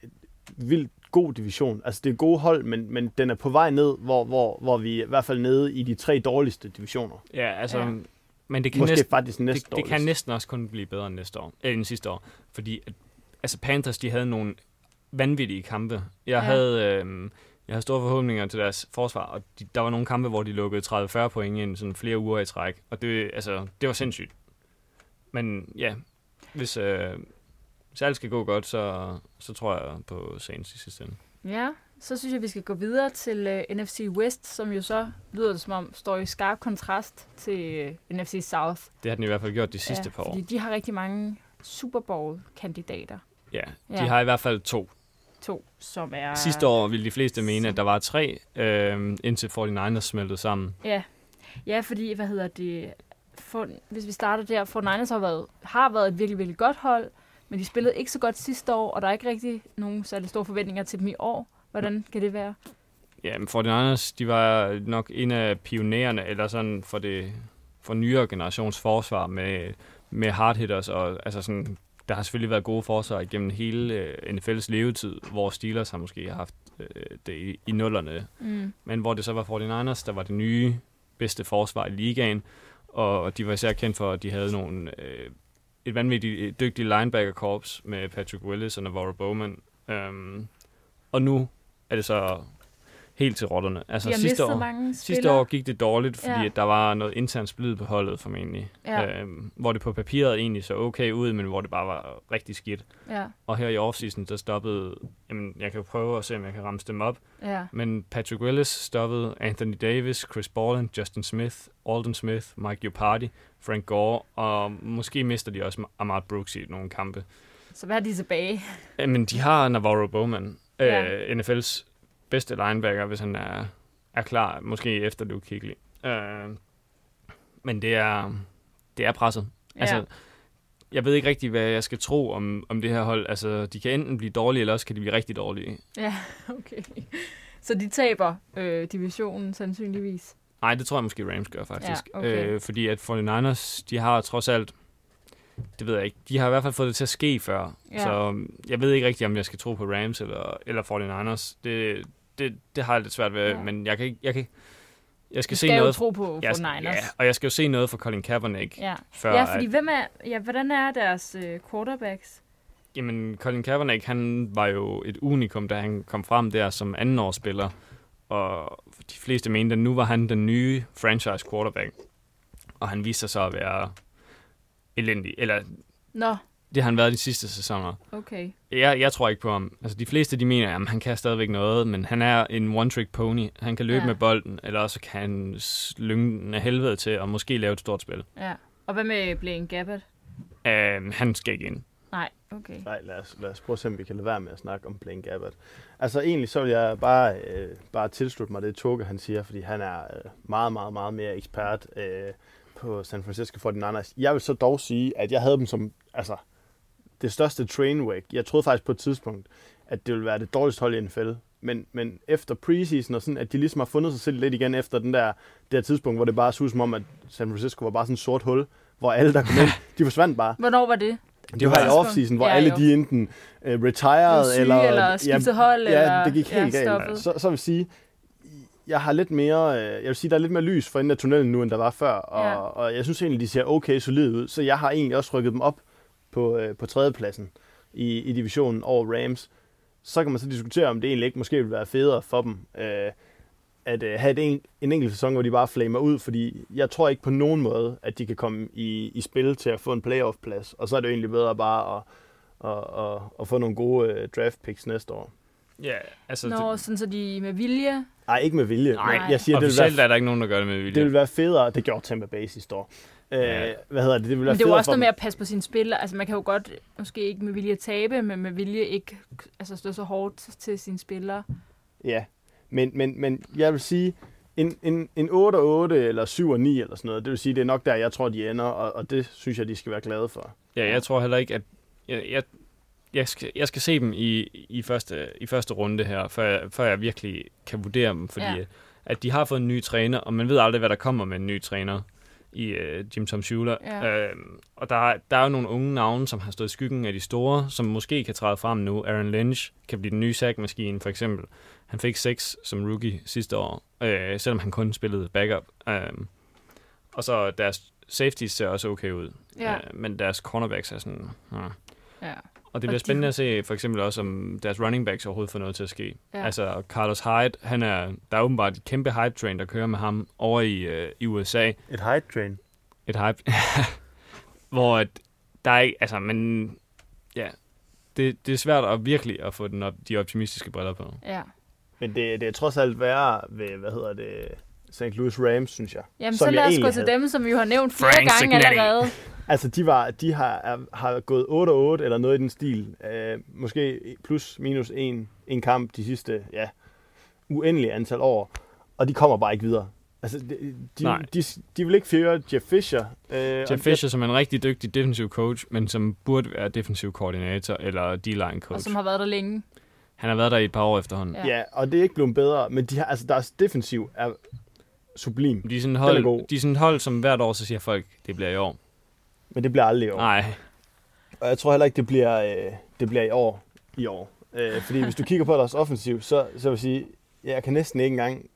[SPEAKER 2] et vildt god division. Altså, det er gode hold, men, men den er på vej ned, hvor, hvor, hvor vi er i hvert fald nede i de tre dårligste divisioner.
[SPEAKER 3] Ja, altså...
[SPEAKER 1] Ja.
[SPEAKER 3] Ja. Men det kan,
[SPEAKER 2] Måske
[SPEAKER 3] næsten,
[SPEAKER 2] faktisk næst
[SPEAKER 3] det, det kan
[SPEAKER 2] dårligst.
[SPEAKER 3] næsten også kun blive bedre end næste år. Eller end sidste år. Fordi at, altså Panthers, de havde nogle vanvittige kampe. Jeg,
[SPEAKER 1] Ja.
[SPEAKER 3] ja. havde, øh, jeg havde store forhåbninger til deres forsvar, og de, der var nogle kampe, hvor de lukkede 30-40 point ind sådan flere uger i træk. Og det, altså, det var sindssygt. Men ja, hvis, øh, hvis alt skal gå godt, så, så tror jeg på Saints i sidste ende.
[SPEAKER 1] Ja, så synes jeg, vi skal gå videre til uh, NFC West, som jo så lyder det som om står i skarp kontrast til uh, NFC South.
[SPEAKER 3] Det har den i hvert fald gjort de sidste
[SPEAKER 1] ja,
[SPEAKER 3] par år.
[SPEAKER 1] Fordi de har rigtig mange Super Bowl-kandidater.
[SPEAKER 3] Ja, de
[SPEAKER 1] Ja.
[SPEAKER 3] har i hvert fald to.
[SPEAKER 1] To, som er...
[SPEAKER 3] Sidste år ville de fleste mene, at der var tre, øh, indtil 49ers smeltede sammen.
[SPEAKER 1] Ja. ja, fordi, hvad hedder det... For, hvis vi starter der, for Niners har været, har været et virkelig, virkelig godt hold, men de spillede ikke så godt sidste år, og der er ikke rigtig nogen særlig store forventninger til dem i år.
[SPEAKER 3] Mm.
[SPEAKER 1] Hvordan kan det være?
[SPEAKER 3] Ja, men 49ers, de var nok en af pionererne, eller sådan for det for nyere generations forsvar med, med hardhitters, og altså sådan, der har selvfølgelig været gode forsvar igennem hele øh, NFL's levetid, hvor Steelers har måske haft øh, det i, i nullerne,
[SPEAKER 1] Mm.
[SPEAKER 3] men hvor det så var 49ers, der var det nye bedste forsvar i ligaen, og de var især kendt for, at de havde nogle, øh, et vanvittigt øh, dygtigt linebacker-korps med Patrick Willis og Navarro Bowman. Øhm, og nu er det så helt til rotterne.
[SPEAKER 1] De
[SPEAKER 3] Altså,
[SPEAKER 1] har
[SPEAKER 3] sidste,
[SPEAKER 1] mistet
[SPEAKER 3] år,
[SPEAKER 1] mange spillere.
[SPEAKER 3] sidste år gik det dårligt, fordi
[SPEAKER 1] Ja.
[SPEAKER 3] ja. at der var noget internt splid på holdet formentlig,
[SPEAKER 1] Ja.
[SPEAKER 3] øhm, hvor det på papiret egentlig så okay ud, men hvor det bare var rigtig skidt.
[SPEAKER 1] Ja,
[SPEAKER 3] Og her i offseason, der stoppede, jamen, jeg kan jo prøve at se, om jeg kan ramse dem op,
[SPEAKER 1] ja.
[SPEAKER 3] men Patrick Willis stoppede Anthony Davis, Chris Borland, Justin Smith, Alden Smith, Mike Upardi, Frank Gore, og måske mister de også Ahmad Brooks i nogle kampe. Øh,
[SPEAKER 1] Så hvad er de tilbage?
[SPEAKER 3] Men de har Navarro Bowman,
[SPEAKER 1] Ja.
[SPEAKER 3] ja. øh, NFL's bedste linebacker, hvis han er, er klar, måske efter Luke Kuechly. Øh, men det er, det er presset.
[SPEAKER 1] Ja.
[SPEAKER 3] Altså, jeg ved ikke rigtig, hvad jeg skal tro om, om det her hold. Altså, de kan enten blive dårlige, eller også kan de blive rigtig dårlige.
[SPEAKER 1] Okay. Så de taber øh, divisionen sandsynligvis.
[SPEAKER 3] Nej, det tror jeg måske Rams gør faktisk.
[SPEAKER 1] Ja, okay.
[SPEAKER 3] øh, fordi at 49ers, de har trods alt, det ved jeg ikke, de har i hvert fald fået det til at ske før.
[SPEAKER 1] Ja.
[SPEAKER 3] Ja. Så um, jeg ved ikke rigtig, om jeg skal tro på Rams eller, eller 49ers. Det, det, det har jeg lidt svært ved,
[SPEAKER 1] Ja.
[SPEAKER 3] ja. men jeg kan ikke... Jeg, kan, jeg skal
[SPEAKER 1] Du
[SPEAKER 3] se
[SPEAKER 1] skal jo
[SPEAKER 3] noget...
[SPEAKER 1] tro på
[SPEAKER 3] jeg,
[SPEAKER 1] 49ers.
[SPEAKER 3] ja, og jeg skal jo se noget fra Colin Kaepernick.
[SPEAKER 1] ja.
[SPEAKER 3] Før,
[SPEAKER 1] ja, fordi
[SPEAKER 3] at,
[SPEAKER 1] hvem er, ja, hvordan er deres øh, quarterbacks?
[SPEAKER 3] jamen, Colin Kaepernick, han var jo et unikum, da han kom frem der som andenårsspiller. Og de fleste mente, at nu var han den nye franchise quarterback. Og han viste sig så at være elendig. Eller
[SPEAKER 1] Nå,
[SPEAKER 3] det har han været de sidste sæsoner.
[SPEAKER 1] okay.
[SPEAKER 3] Jeg, jeg tror ikke på ham. Altså, de fleste de mener, at han kan stadigvæk noget, men han er en one-trick pony. Han kan løbe
[SPEAKER 1] Ja.
[SPEAKER 3] ja. med bolden, eller også kan han slynge den af helvede til, og måske lave et stort spil.
[SPEAKER 1] Ja. Og hvad med Blaine Gabbert?
[SPEAKER 3] Um, han skal ikke ind.
[SPEAKER 1] Nej, okay.
[SPEAKER 2] Nej, lad os, lad os prøve at se, om vi kan lade være med at snakke om Blaine Gabbert. Altså egentlig så vil jeg bare, øh, bare tilslutte mig det, Toke han siger, fordi han er øh, meget, meget, meget mere ekspert øh, på San Francisco 49ers. Jeg vil så dog sige, at jeg havde dem som altså, det største trainwreck. Jeg troede faktisk på et tidspunkt, at det ville være det dårligste hold i NFL. Men, men efter preseason og sådan, at de ligesom har fundet sig selv lidt igen efter den der, det her tidspunkt, hvor det bare så ud som om, at San Francisco var bare sådan et sort hul, hvor alle, der kom ind, de forsvandt bare.
[SPEAKER 1] Hvornår var det?
[SPEAKER 2] Det var i
[SPEAKER 1] tidspunkt.
[SPEAKER 2] offseason, hvor
[SPEAKER 1] Ja,
[SPEAKER 2] ja, alle
[SPEAKER 1] jo.
[SPEAKER 2] de enten uh, retired
[SPEAKER 1] Blevet syge
[SPEAKER 2] eller,
[SPEAKER 1] eller skiftet hold,
[SPEAKER 2] ja,
[SPEAKER 1] eller-
[SPEAKER 2] det gik helt
[SPEAKER 1] ja,
[SPEAKER 2] ja,
[SPEAKER 1] stoppet.
[SPEAKER 2] galt. Så, så vil jeg sige, jeg har lidt mere, øh, jeg vil sige, der er lidt mere lys for enden af tunnelen nu, end der var før, og,
[SPEAKER 1] Ja.
[SPEAKER 2] og jeg synes egentlig, de ser okay solid ud, så jeg har egentlig også rykket dem op på, øh, på tredjepladsen i, i divisionen over Rams. Så kan man så diskutere, om det egentlig ikke måske ville være federe for dem, øh, at øh, have et en, en enkelt sæson, hvor de bare flamer ud, fordi jeg tror ikke på nogen måde, at de kan komme i, i spil til at få en playoff-plads, og så er det jo egentlig bedre bare at, at, at, at få nogle gode øh, draft picks næste år.
[SPEAKER 3] Ja, altså...
[SPEAKER 1] Nå, sådan så de med vilje.
[SPEAKER 2] Nej, ikke med vilje.
[SPEAKER 3] Nej.
[SPEAKER 2] jeg siger, det vil
[SPEAKER 3] Officielt
[SPEAKER 2] være,
[SPEAKER 3] er der ikke nogen, der gør det med vilje.
[SPEAKER 2] det vil være federe, det gjorde Tampa Bay sidste år. Øh,
[SPEAKER 3] Ja.
[SPEAKER 2] Hvad hedder det? Det vil være
[SPEAKER 1] Men det er jo
[SPEAKER 2] federe
[SPEAKER 1] også
[SPEAKER 2] for
[SPEAKER 1] noget
[SPEAKER 2] dem.
[SPEAKER 1] med at passe på sine spillere. Altså man kan jo godt, måske ikke med vilje tabe, men med vilje ikke altså, stå så hårdt til sine spillere.
[SPEAKER 2] Ja, men, men, men jeg vil sige, en, en, en 8 og 8 eller 7 og 9 eller sådan noget, det vil sige, det er nok der, jeg tror, de ender, og, og det synes jeg, de skal være glade for.
[SPEAKER 3] Ja, jeg tror heller ikke, at... Jeg, jeg, jeg, skal, jeg skal se dem i, i, første, i første runde her, før jeg, før jeg virkelig kan vurdere dem, fordi øh,
[SPEAKER 1] Ja.
[SPEAKER 3] ja. at de har fået en ny træner, og man ved aldrig, hvad der kommer med en ny træner. i øh, Jim Tom Schuler.
[SPEAKER 1] Ja.
[SPEAKER 3] Øh, og der, er- der er jo nogle unge navne, som har stået i skyggen af de store, som måske kan træde frem nu. Aaron Lynch kan blive den nye sackmaskine, for eksempel. Han fik 6 som rookie sidste år, øh, selvom han kun spillede backup. Øh, og så deres safeties ser også okay ud,
[SPEAKER 1] Ja.
[SPEAKER 3] øh, men deres cornerbacks er sådan... Øh.
[SPEAKER 1] Ja.
[SPEAKER 3] Og det bliver
[SPEAKER 1] de-
[SPEAKER 3] spændende at se for eksempel også, om deres running backs overhovedet får noget til at ske.
[SPEAKER 1] Ja.
[SPEAKER 3] Ja. Altså Carlos Hyde, han er, der er åbenbart et kæmpe hype train, der kører med ham over i, øh, i USA.
[SPEAKER 2] Et hype train.
[SPEAKER 3] Et hype, hvor at der er ikke, altså, men ja, det, det er svært at virkelig at få den op, de optimistiske briller på.
[SPEAKER 1] ja.
[SPEAKER 2] Men det, det er trods alt værre ved, hvad hedder det, St. Louis Rams, synes jeg.
[SPEAKER 1] Jamen, så
[SPEAKER 2] Som jeg
[SPEAKER 1] lad os gå
[SPEAKER 2] egentlig
[SPEAKER 1] til
[SPEAKER 2] havde.
[SPEAKER 1] dem, som vi jo har nævnt flere
[SPEAKER 3] Frank
[SPEAKER 1] gange
[SPEAKER 3] Signetti.
[SPEAKER 1] allerede.
[SPEAKER 2] Altså, de, var, de har, er, har gået 8-8 eller noget i den stil. Øh, måske plus minus en, en kamp de sidste, ja, uendelige antal år. Og de kommer bare ikke videre. Altså, de, de,
[SPEAKER 3] Nej.
[SPEAKER 2] de, de vil ikke fyre Jeff Fisher. Øh,
[SPEAKER 3] Jeff Fisher, som er en rigtig dygtig defensiv coach, men som burde være defensiv koordinator eller D-line
[SPEAKER 1] Og
[SPEAKER 3] coach.
[SPEAKER 1] som har været der længe.
[SPEAKER 3] Han har været der i et par år efterhånden.
[SPEAKER 1] Ja.
[SPEAKER 3] Ja.
[SPEAKER 2] Ja. ja, og det er ikke blevet bedre, men de har, altså, deres defensiv er sublim.
[SPEAKER 3] De er sådan et
[SPEAKER 2] Den er god.
[SPEAKER 3] hold, de er sådan et hold, som hvert år så siger folk, det bliver i år.
[SPEAKER 2] Men det bliver aldrig i år.
[SPEAKER 3] Nej,
[SPEAKER 2] Og jeg tror heller ikke, det bliver, øh, det bliver i år. I år. Øh, fordi hvis du kigger på deres offensiv, så, så vil jeg sige, jeg kan næsten ikke engang,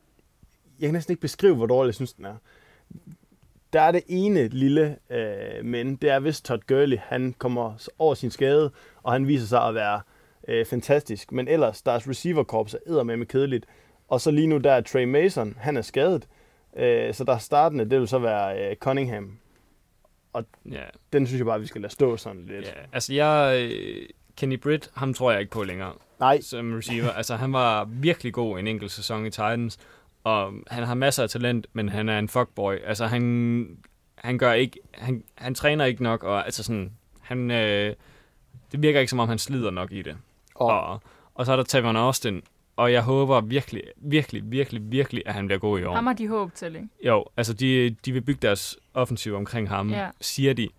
[SPEAKER 2] jeg kan næsten ikke beskrive, hvor dårlig jeg synes, den er. Der er det ene lille øh, men, det er, hvis Todd Gurley, han kommer s- over sin skade, og han viser sig at være øh, fantastisk. Men ellers, deres receiverkorps er med kedeligt. Og så lige nu, der er Trey Mason, han er skadet. Øh, så der startende, det vil så være øh, Cunningham.
[SPEAKER 3] ja.
[SPEAKER 2] Den synes jeg bare, vi skal lade stå sådan lidt.
[SPEAKER 3] Ja, altså jeg... øh, Kenny Britt, ham tror jeg ikke på længere
[SPEAKER 2] Nej,
[SPEAKER 3] som receiver. Altså han var virkelig god en enkelt sæson i Titans, og han har masser af talent, men han er en fuckboy. Altså han, han gør ikke... Han, han træner ikke nok, og altså sådan... Han, øh, det virker ikke som om, han slider nok i det.
[SPEAKER 2] og
[SPEAKER 3] Og, og så er der Tavon Austin, og jeg håber virkelig, virkelig, virkelig, virkelig, at han bliver god i år.
[SPEAKER 1] Ham har de håb til, ikke?
[SPEAKER 3] Jo, altså de, de vil bygge deres offensiv omkring ham,
[SPEAKER 1] Ja.
[SPEAKER 3] ja. siger de.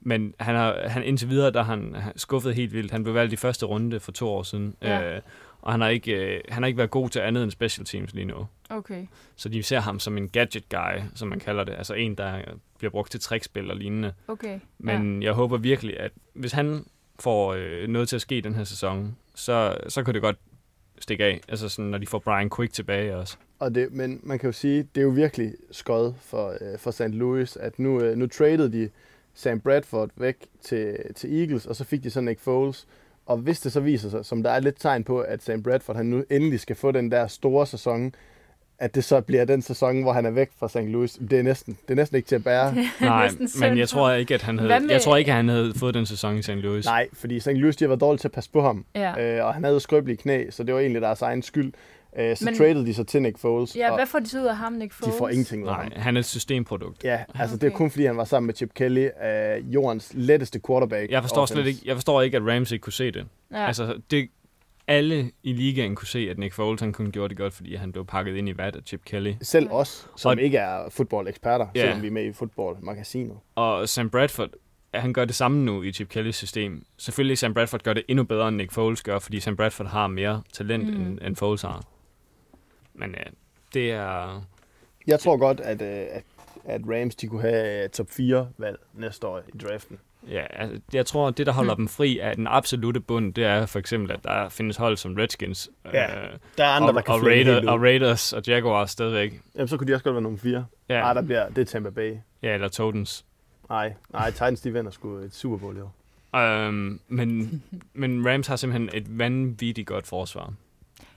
[SPEAKER 3] Men han har, han indtil videre, der har han han skuffet helt vildt. Han blev valgt i første runde for to år siden.
[SPEAKER 1] Ja.
[SPEAKER 3] Øh, og han har, ikke, øh, han har ikke været god til andet end special teams lige nu.
[SPEAKER 1] Okay.
[SPEAKER 3] Så de ser ham som en gadget guy, som man kalder det. Altså en, der bliver brugt til trickspil og lignende.
[SPEAKER 1] Okay.
[SPEAKER 3] Men ja. jeg håber virkelig, at hvis han får øh, noget til at ske den her sæson, så, så kan det godt stikke af. Altså sådan, når de får Brian Quick tilbage også.
[SPEAKER 2] Og det, men man kan jo sige, det er jo virkelig skød for, øh, for St. Louis, at nu, øh, nu tradede de Sam Bradford væk til, til Eagles, og så fik de så Nick Foles. Og hvis det så viser sig, som der er lidt tegn på, at Sam Bradford han nu endelig skal få den der store sæson, at det så bliver den sæson, hvor han er væk fra St. Louis, det er næsten, det er næsten ikke til at bære.
[SPEAKER 3] Nej,
[SPEAKER 1] Næsten selv.
[SPEAKER 3] men jeg tror ikke, at han havde,
[SPEAKER 1] Hvad med-
[SPEAKER 3] jeg tror ikke, at han havde fået den sæson i St. Louis.
[SPEAKER 2] Nej, fordi St. Louis de har været dårlige til at passe på ham,
[SPEAKER 1] Ja.
[SPEAKER 2] øh, og han havde jo skrøbelige knæ, så det var egentlig deres egen skyld. Øh, så
[SPEAKER 1] Men-
[SPEAKER 2] men, tradede de så til Nick Foles,
[SPEAKER 1] Ja,
[SPEAKER 2] og
[SPEAKER 1] hvad får de så ud af ham, Nick Foles?
[SPEAKER 2] de får ingenting ud af ham.
[SPEAKER 3] Nej, han er et systemprodukt.
[SPEAKER 2] Ja, altså det er
[SPEAKER 1] Okay.
[SPEAKER 2] kun fordi, han var sammen med Chip Kelly, øh, jordens letteste quarterback.
[SPEAKER 3] Jeg forstår
[SPEAKER 2] offense.
[SPEAKER 3] slet ikke, jeg forstår ikke, at Rams ikke kunne se det.
[SPEAKER 1] Ja.
[SPEAKER 3] Ja.
[SPEAKER 1] Altså,
[SPEAKER 3] Altså, det, alle i ligaen kunne se, at Nick Foles han kun gjorde det godt, fordi han blev pakket ind i vat af Chip Kelly.
[SPEAKER 2] Selv
[SPEAKER 1] Ja.
[SPEAKER 2] os, som
[SPEAKER 3] Og-
[SPEAKER 2] ikke er fodboldeksperter,
[SPEAKER 3] Ja.
[SPEAKER 2] selvom vi er med i fodboldmagasinet.
[SPEAKER 3] Og Sam Bradford, han gør det samme nu i Chip Kellys system. Selvfølgelig Sam Bradford gør det endnu bedre, end Nick Foles gør, fordi Sam Bradford har mere talent,
[SPEAKER 1] Mhm.
[SPEAKER 3] mm. end, end Foles har. Men ja, det er...
[SPEAKER 2] Jeg tror godt, at, øh, at, at Rams de kunne have øh, top 4 valg næste år i draften.
[SPEAKER 3] Ja, altså, jeg tror, det, der holder
[SPEAKER 1] Hmm.
[SPEAKER 3] dem fri af den absolute bund, det er for eksempel, at der findes hold som Redskins,
[SPEAKER 2] Ja.
[SPEAKER 3] øh,
[SPEAKER 2] Der er andre,
[SPEAKER 3] og,
[SPEAKER 2] der kan
[SPEAKER 3] og,
[SPEAKER 2] flytte
[SPEAKER 3] Raider,
[SPEAKER 2] helt ud.
[SPEAKER 3] og Raiders og Jaguars stadigvæk.
[SPEAKER 2] Jamen, så kunne de også godt være nummer 4. Ja.
[SPEAKER 3] Ja,
[SPEAKER 1] Ah,
[SPEAKER 2] Nej, der bliver, det er Tampa Bay.
[SPEAKER 3] ja eller Totens.
[SPEAKER 2] Nej, nej, Titans de vinder sgu et Super Bowl i år.
[SPEAKER 3] Øhm, men, men Rams har simpelthen et vanvittigt godt forsvar.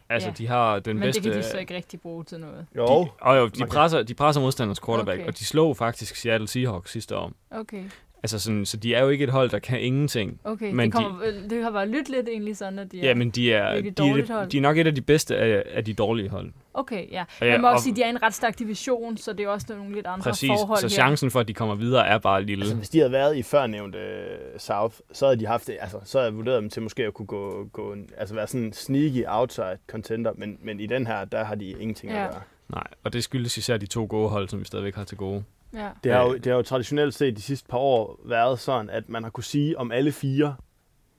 [SPEAKER 3] Altså,
[SPEAKER 1] Ja.
[SPEAKER 3] de har den
[SPEAKER 1] men
[SPEAKER 3] bedste...
[SPEAKER 1] det kan de så ikke rigtig bruge til noget.
[SPEAKER 2] Jo,
[SPEAKER 3] De, og jo, de
[SPEAKER 2] Man kan-
[SPEAKER 3] presser, de presser modstanders quarterback,
[SPEAKER 1] Okay.
[SPEAKER 3] okay. og de slog faktisk Seattle Seahawks sidste år.
[SPEAKER 1] Okay.
[SPEAKER 3] Altså sådan, så de er jo ikke et hold, der kan ingenting.
[SPEAKER 1] Okay,
[SPEAKER 3] Men
[SPEAKER 1] men det, kommer, de... det har bare lyttet lidt egentlig sådan, at de
[SPEAKER 3] Ja, men de er,
[SPEAKER 1] Virkelig
[SPEAKER 3] de,
[SPEAKER 1] dårligt
[SPEAKER 3] er,
[SPEAKER 1] hold.
[SPEAKER 3] de er nok et af de bedste af, af de dårlige hold.
[SPEAKER 1] Okay, ja.
[SPEAKER 3] Ja,
[SPEAKER 1] Man må også
[SPEAKER 3] og-
[SPEAKER 1] sige, at de er i en ret stærk division, så det er også nogle lidt andre
[SPEAKER 3] Præcis,
[SPEAKER 1] forhold
[SPEAKER 3] så
[SPEAKER 1] her.
[SPEAKER 3] chancen for, at de kommer videre, er bare lille.
[SPEAKER 2] Altså, hvis de havde været i førnævnte øh, South, så havde de haft det, altså, så havde jeg vurderet dem til måske at kunne gå, gå en- altså være sådan en sneaky outside contender, men, men i den her, der har de ingenting
[SPEAKER 1] Ja.
[SPEAKER 2] at gøre.
[SPEAKER 3] Nej, og det skyldes især de to gode hold, som vi stadigvæk har til gode.
[SPEAKER 1] Ja.
[SPEAKER 2] Det har, jo, det har jo traditionelt set de sidste par år været sådan, at man har kunne sige om alle fire,